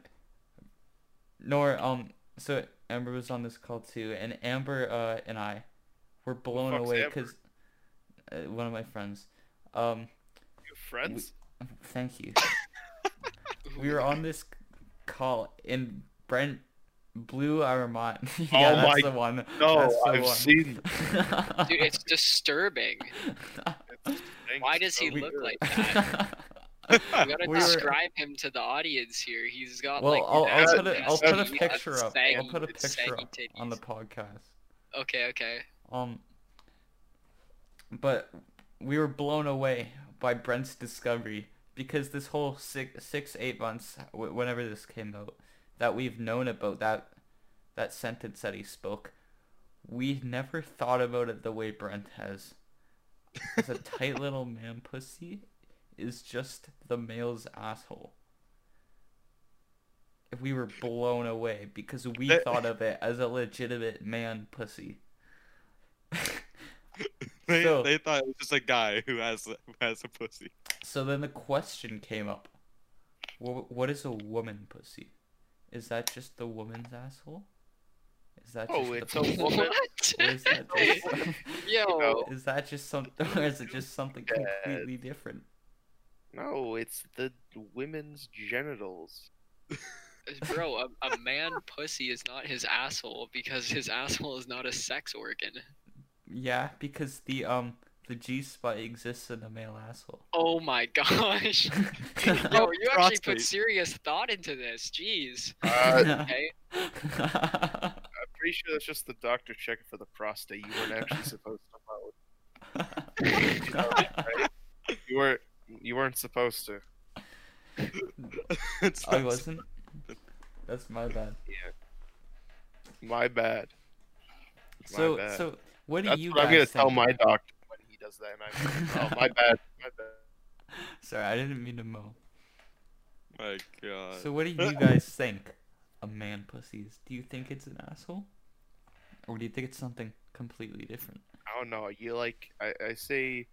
C: nor um so Amber was on this call too, and Amber uh and I were blown
A: fuck's
C: away
A: Amber?
C: because uh, one of my friends, um,
A: You friends.
C: thank you. we were on this call, and Brent blew our mind. yeah,
A: Oh
C: that's
A: my-
C: the one.
A: No,
C: that's the
A: I've
C: one.
A: seen.
D: Dude, it's disturbing.
B: Thanks.
D: Why does he
A: We-
D: look like that? We gotta
C: We were-
D: describe him to the audience here. He's got
C: Well,
D: like.
C: I'll- I'll
D: that
A: put a- I'll
D: saggy-
A: put a
D: that
C: picture up. I'll
D: saggy-
C: put a
D: that
C: picture
D: saggy
C: up on the
D: titties.
C: podcast.
D: Okay, okay.
C: Um, but we were blown away by Brent's discovery because this whole six, six eight months, wh- whenever this came out, that we've known about that, that sentence that he spoke, we never thought about it the way Brent has. As a tight little man pussy is just the male's asshole. We were blown away because we
B: That-
C: thought of it as a legitimate man pussy.
B: They,
C: So-
B: they thought it was just a guy who has who has a pussy.
C: So then the question came up: Wha What is a woman pussy? Is that just the woman's asshole? Is that
A: Oh,
C: just
A: it's
C: the
A: a
C: pussy?
A: woman.
C: Or
D: What?
C: is that just,
D: Yo,
C: is that just something? Or is it just something
A: Yeah.
C: completely different?
A: No, it's the women's genitals.
D: bro, a, a man pussy is not his asshole because his asshole is not a sex organ.
C: Yeah, because the um the G spot exists in a male asshole.
D: Oh my gosh.
A: Oh.
C: Yo,
D: Yo, you actually put
B: Prostate.
D: serious thought into this. Jeez.
A: Uh,
D: Okay.
A: I'm pretty sure that's just the doctor checking for the prostate. You weren't actually supposed to vote. You weren't. You weren't supposed to.
B: It's
C: I
B: not-
C: wasn't. That's my bad.
A: My bad. My
C: so
A: bad.
C: so what do
A: That's
C: you
A: what
C: guys
A: I'm gonna
C: think?
A: tell my doctor when he does that. And I, oh, my bad. My bad.
C: Sorry, I didn't mean to mow.
B: oh My
A: Uh,
B: God.
C: So what do you guys think a man pussy is? Do you think it's an asshole? Or do you think it's something completely different?
A: I don't know. You like? I, I say.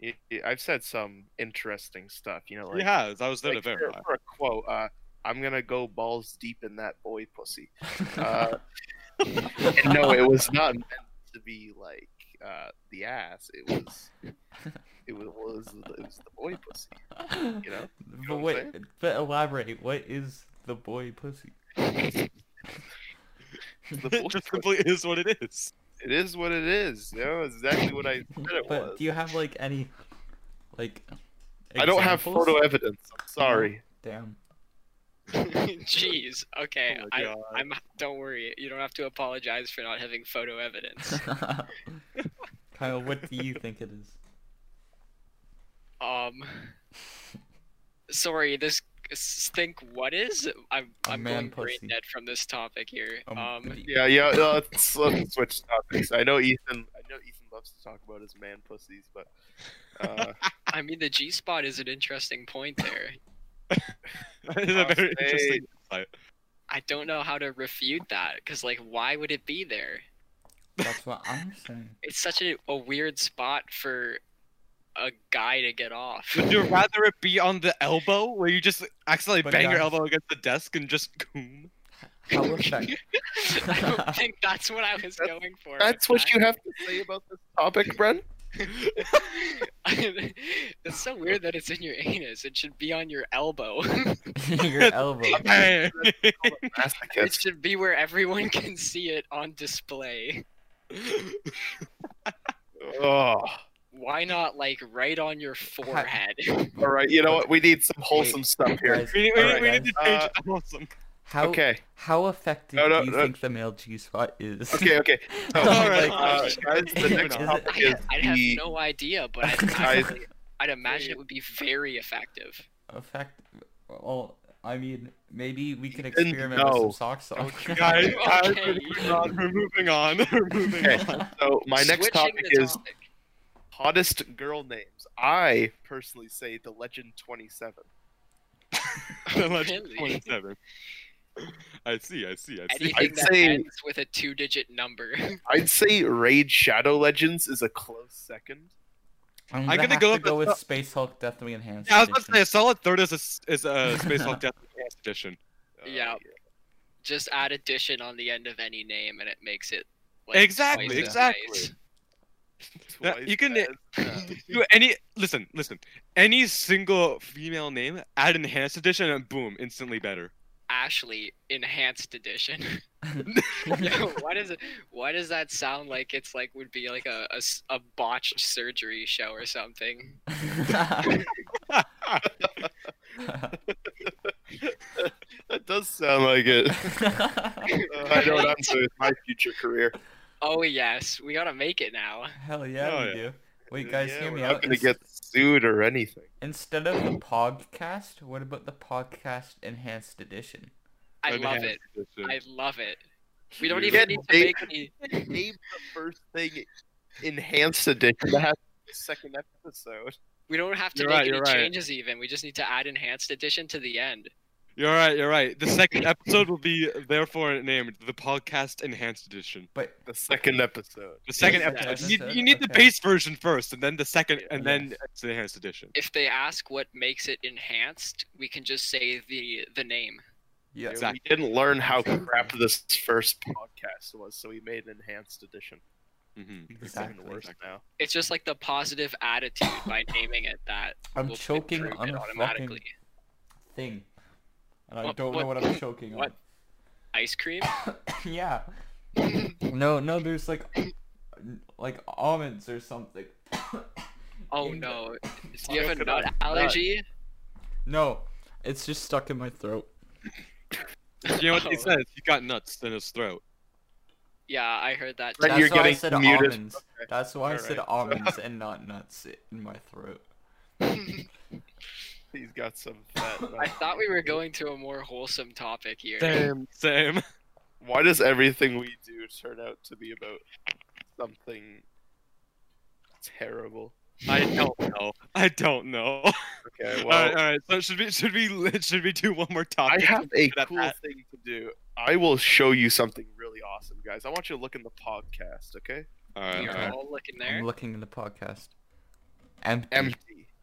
A: It, it- I've said some interesting stuff. You know, like
B: he has. I was there
A: like,
B: to
A: for-
B: verify.
A: for a quote. Uh, I'm gonna go balls deep in that boy pussy. Uh, and no, it was not meant to be like uh, the ass. It was. It was, was it was the boy pussy. You know.
C: but
A: know what I'm
C: wait, but elaborate. What is the boy pussy?
A: The boy
B: It just
A: pussy.
B: simply is what it is.
A: It is what it is. You know, it's exactly what I said it
C: but
A: was.
C: do you have like any like
A: I don't have
C: examples?
A: photo evidence. I'm sorry.
C: Damn.
D: Jeez. Okay.
B: Oh my
D: I,
B: God.
D: I'm. Don't worry. You don't have to apologize for not having photo evidence.
C: Kyle, what do you think it is?
D: Um, sorry, this s- think what is? I'm
C: A
D: I'm
C: man
D: going brain
C: pussy.
D: dead from this topic here. Um,
A: Yeah, yeah. no, Let's, let's switch topics. I know Ethan. I know Ethan loves to talk about his man pussies, but uh,
D: I mean the G spot is an interesting point there.
B: It's a
A: I'll
B: very
A: say-
B: interesting insight.
D: I don't know how to refute that because like why would it be there?
C: that's what I'm saying.
D: It's such a, a weird spot for a guy to get off.
B: Would you rather it be on the elbow, where you just accidentally
C: But
B: bang your
C: that's-
B: elbow against the desk and just goom?
C: How effective?
D: I don't think that's what I was
A: That's-
D: going for. with
A: that's what
D: that.
A: you have to say about this topic, Brent.
D: it's so weird that it's in your anus. It should be on your elbow.
C: Your elbow.
B: Bang!
D: it
A: Masochist.
D: should be where everyone can see it on display.
A: Oh,
D: Why not like right on your forehead?
A: all right. You know what? We need some wholesome stuff here.
C: Guys,
B: we, we,
C: alright,
B: we
C: guys.
B: need to change
A: Uh,
B: it. Awesome.
C: How
A: Okay.
C: how effective
A: No, no,
C: do you
A: no.
C: think the male G spot is?
A: Okay. Okay. So,
C: Oh
B: my
A: uh,
B: gosh.
A: guys, the next
C: Is it-
A: topic
D: I,
A: is
D: I'd have
A: the
D: no idea, but I'd,
A: Guys.
D: I'd, I'd imagine it would be very effective.
C: Effect. Well, I mean, maybe we can
A: didn't
C: experiment with
A: know.
C: some socks. on.
B: Guys, guys,
D: Okay.
B: we're moving on. We're moving on. We're moving
A: Okay.
B: on.
A: so my next
D: Switching
A: topic
D: the
A: is
D: topic.
A: hottest girl names. I personally say the Legend Twenty Seven.
B: Legend
D: Really?
B: 27. I see. I see. I see.
D: anything
A: I'd
D: that
A: say-
D: ends with a two-digit number.
A: I'd say Raid Shadow Legends is a close second.
C: I'm
B: I'm
C: gonna,
B: gonna
C: have
B: go
C: to
B: with the
C: go with
B: so-
C: Space Hulk Deathwing Enhanced.
B: Yeah, I was about to say a
C: Edition.
B: solid third is a s- is a Space Hulk Death Enhanced edition.
A: Uh,
D: Yeah. Just add addition on the end of any name, and it makes it like,
B: Exactly,
D: twice as
B: exactly.
D: nice.
B: Yeah,
A: twice
B: you can-
A: as bad.
B: You any listen, listen. Any single female name, add enhanced edition, and boom, instantly better.
D: Ashley Enhanced Edition. Yo, why does it? Why does that sound like it's like would be like a, a s- a botched surgery show or something?
A: That does sound like it. Uh, I know what I'm doing with my future career.
D: Oh yes, we gotta make it now.
C: Hell yeah,
B: Oh,
C: we
B: yeah.
C: do. Wait, guys,
A: yeah,
C: hear me
A: we're
C: out.
A: not gonna
C: Ins-
A: get sued or anything.
C: Instead of the podcast, what about the podcast enhanced edition?
B: Oh,
D: I love it.
B: Enhanced edition.
D: I love it. We don't
B: Dude.
D: even
A: Get
D: need to
A: Dave-
D: make any.
A: Name the first thing enhanced edition that has the second episode.
D: We don't have to
B: You're
D: make
B: right,
D: any
B: you're right.
D: changes even. We just need to add enhanced edition to the end.
B: You're right. You're right. The second episode will be therefore named the podcast enhanced edition.
C: But
A: The second episode.
B: The second
D: Yeah,
B: episode.
D: that's
B: You
C: it,
B: need, you need the
C: okay.
B: base version first, and then the second, and then
C: Yes.
B: it's the enhanced edition.
D: If they ask what makes it enhanced, we can just say the the name.
C: yeah,
B: Exactly.
A: We didn't learn how crap this first podcast was, so we made an enhanced edition.
B: hmm
A: It's
C: Exactly.
A: even worse now.
D: It's just like the positive attitude by naming it that.
C: I'm
D: will
C: choking
D: improve
C: on
D: it
C: a
D: automatically.
C: fucking thing, and I
D: What-
C: don't know
D: what-
C: what I'm choking
D: what? Ice cream.
C: on. yeah. No, no, there's like, like almonds or something.
D: Oh
C: In the-
D: no! Do you have a
A: Coconut
D: nut
A: nut.
D: allergy?
C: No, it's just stuck in my throat.
B: You know what he
D: Oh.
B: says? He got nuts in his throat.
D: Yeah, I heard that.
A: Right,
D: too.
C: That's
A: you're
C: why I
A: getting
C: said
A: muted.
C: almonds. That's why I
A: Alright,
C: said
A: so-
C: almonds and not nuts in my throat.
A: He's got some fat.
D: I thought we were going to a more wholesome topic here.
B: Same. Same.
A: Why does everything we do turn out to be about something terrible?
B: I don't know. I don't know.
A: Okay,
B: all right.
A: well,
B: All right. So should we should we should we do one more
A: I
B: topic?
A: have a
B: That-
A: cool
B: that-
A: thing to do. I will show you something really awesome, guys. I want you to look in the podcast, okay?
B: All right.
D: You're
B: All right.
D: all looking
C: I'm
D: there.
C: looking in the podcast. Empty.
A: Empty.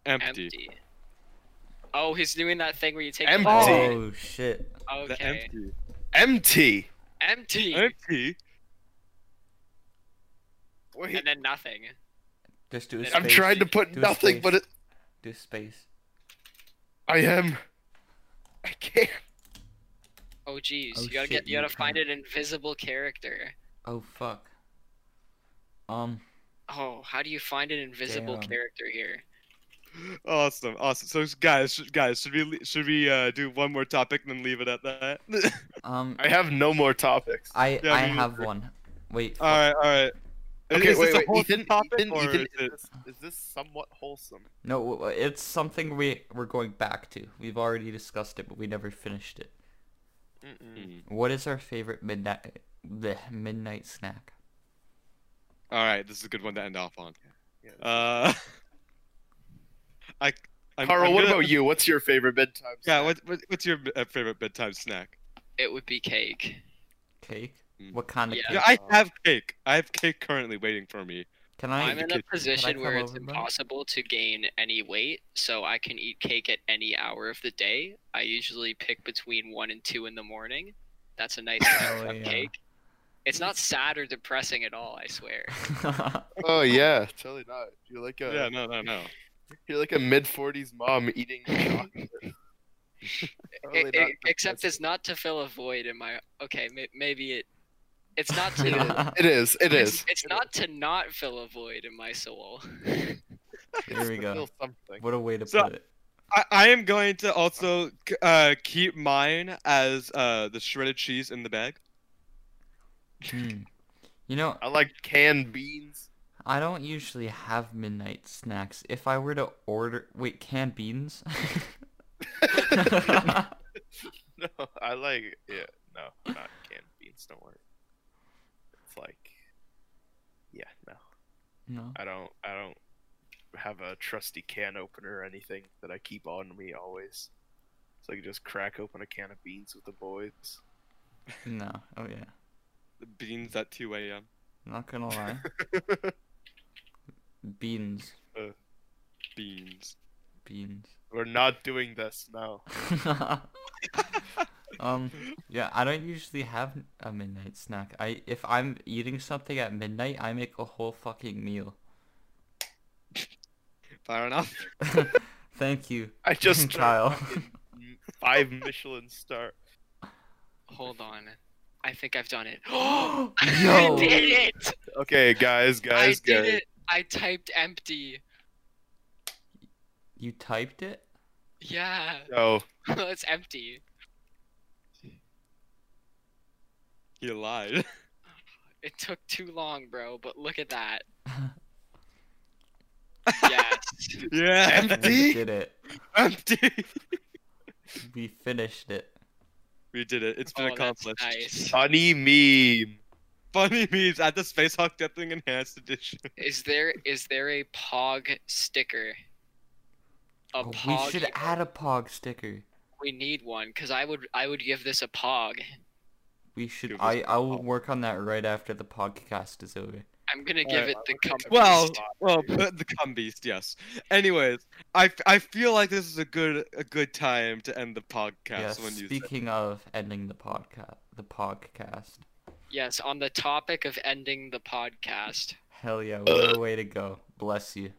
B: Empty.
D: Empty. Oh, he's doing that thing where you take.
A: Empty.
D: The-
C: Oh shit.
D: oh,
B: The
D: okay.
B: empty.
A: Empty!
D: Empty.
B: Empty.
A: Wait,
D: And then nothing.
C: Just do a space.
A: I'm trying to put
C: Do a
A: nothing
C: space.
A: but it.
C: do space.
A: I am. I can't.
D: Oh jeez,
C: Oh,
D: you gotta
C: shit,
D: get. You gotta
C: you
D: find
C: can't.
D: an invisible character.
C: Oh fuck. Um.
D: Oh, how do you find an invisible
C: Damn.
D: character here?
B: Awesome. Awesome. So guys, sh- guys, should we le- should we uh, do one more topic and then leave it at that?
C: Um.
A: I have no more topics.
C: I
B: Yeah,
C: I
B: me Uh,
C: have one. Wait.
B: all right. All right.
A: Okay,
B: is
A: wait,
B: this a
A: wait,
B: whole
A: Ethan,
B: topic
A: Ethan,
B: or
A: Ethan,
B: is it-
A: is, this, is this somewhat wholesome?
C: No, w- w- it's something we we're going back to. We've already discussed it, but we never finished it.
A: Mm-mm.
B: Hmm.
C: What is our favorite midnight the midnight snack?
B: All right, this is a good one to end off on.
A: Yeah.
B: Uh, I, I'm,
A: Carl,
B: I'm
A: what
B: gonna-
A: about you? What's your favorite bedtime?
B: Yeah,
A: snack?
B: what, what, what's your uh, favorite bedtime snack?
D: It would be cake.
C: Cake.
B: Mm.
C: What kind of
D: Yeah.
B: Yeah,
C: cake?
B: I have cake. I have cake currently waiting for me.
C: Can I?
D: I'm in a
B: Can I
D: position where
C: come
D: it's
C: over, bro?
D: impossible to gain any weight, so I can eat cake at any hour of the day. I usually pick between one and two in the morning. That's a nice amount
C: Hell
D: of
C: yeah.
D: cake. It's not sad or depressing at all, I swear. E-,
A: Oh yeah, totally not. You're like a
B: Yeah, no, no, no.
A: you're like a mid forties mom eating chocolate. Totally
D: E-
A: not
D: e- except
A: depressing.
D: it's not to fill a void in my. Okay, may- maybe it. It's not to.
A: It is. It
D: it's,
A: is.
D: It's not to not fill a void in my soul.
C: There
A: It's
C: we
A: to
C: go.
A: feel Something.
C: what a way to
B: So-
C: put it.
B: I, I am going to also c- uh, keep mine as uh, the shredded cheese in the bag.
C: Hmm. You know,
A: I like canned beans.
C: I don't usually have midnight snacks. If I were to order, wait, canned beans.
A: No, I like yeah. No, not canned beans. Don't worry. It's like, yeah, no,
C: no.
A: I don't. I don't have a trusty can opener or anything that I keep on me always. So I can just crack open a can of beans with the boys.
C: No. Oh yeah.
B: The beans at 2 a.m.
C: Not gonna lie. beans.
B: Beans.
C: Beans.
A: We're not doing this now.
C: um yeah, I don't usually have a midnight snack. I if I'm eating something at midnight, I make a whole fucking meal.
B: Fair enough.
C: Thank you,
A: I just
C: Kyle.
A: five Michelin star
D: Hold on. I think I've done it.
C: No.
D: I did it!
A: Okay, guys,
D: I
A: guys,
D: did
A: guys.
D: it! I typed empty.
C: You typed it?
D: Yeah.
A: So
D: it's empty.
B: He lied.
D: It took too long, bro, but look at that. Yes.
B: yeah.
C: We
A: empty.
C: did it.
B: Empty.
C: We finished it.
B: We did it. It's been
D: Oh, that's
B: accomplished.
D: nice.
A: Funny meme.
B: Funny memes at the Space Hawk Death Wing Enhanced Edition.
D: Is there is there a pog sticker? A
C: Oh,
D: pog
C: we should add a pog sticker.
D: we need one cuz I would I would give this a pog.
C: We should.
B: Give us
C: I
B: a
C: I will
B: pog.
C: work on that right after the podcast is over.
D: I'm going to
A: All
D: give
A: right,
D: it the
A: I'll look
D: company
A: at
B: Well,
A: this.
B: well, but the cum beast, yes. Anyways, I, f- I feel like this is a good a good time to end the podcast
C: yes.
B: when you. said-
C: Speaking of ending the podcast, the podcast.
D: Yes, on the topic of ending the podcast.
C: Hell yeah!
A: Uh,
C: What a way to go. Bless you.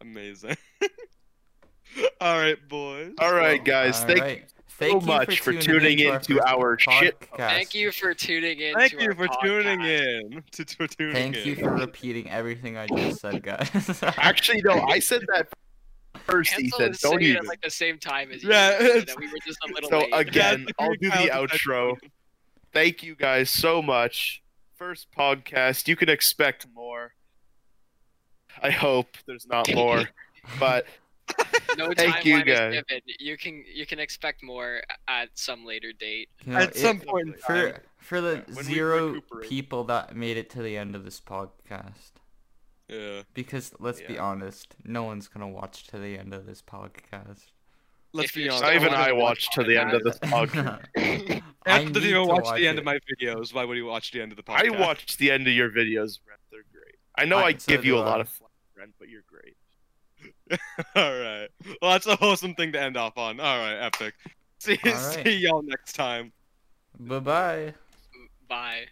B: Amazing. All right, boys.
A: All right, guys.
C: All
A: Thank
C: right.
A: you so much for tuning
C: into
A: in to
C: first
A: our shit.
D: Oh, Thank you for tuning in.
B: Thank
D: to
B: you
D: our
B: for
D: podcast.
B: tuning in. To, to tuning
C: Thank
B: in.
C: you for repeating everything I just said, guys.
A: Actually, no, I said that first,
D: Hansel
A: Ethan.
D: was
A: Don't
D: singing
A: you?
D: at like the same time as you.
B: Yeah,
D: so
B: it's-
D: that we were just a little
A: So
D: late.
A: again,
B: That's
A: I'll do the
B: how-
A: outro. Thank you guys so much. First podcast. You can expect more. I hope there's not more, but
D: no
A: thank you,
D: timeline
A: guys.
D: is given. You can you can expect more at some later date.
C: You know,
B: At
C: it-
B: some point, in time,
C: for for the
A: when we
C: zero
A: recuperate.
C: people that made it to the end of this podcast.
B: yeah.
C: Because let's be
A: Yeah.
C: honest, no one's gonna watch to the end of this podcast.
B: Let's
D: If
B: be
D: you're
B: honest.
D: still
A: not even
D: wanna
A: I watched to the end of this podcast.
C: I
B: Ant
C: need
B: doesn't
C: to
B: even watch,
C: watch
B: the end
C: it.
B: of my videos. Why would he watch the end of the
A: I
B: podcast?
A: watched the end of your videos, Brent. They're great. I know I,
C: I- so
A: give you
C: do
A: a lot
C: I.
A: of flack, Brent, but you're great.
B: All right. Well, that's a wholesome thing to end off on. All right, epic. See,
C: All right.
B: see y'all next time.
C: Bye bye.
D: Bye.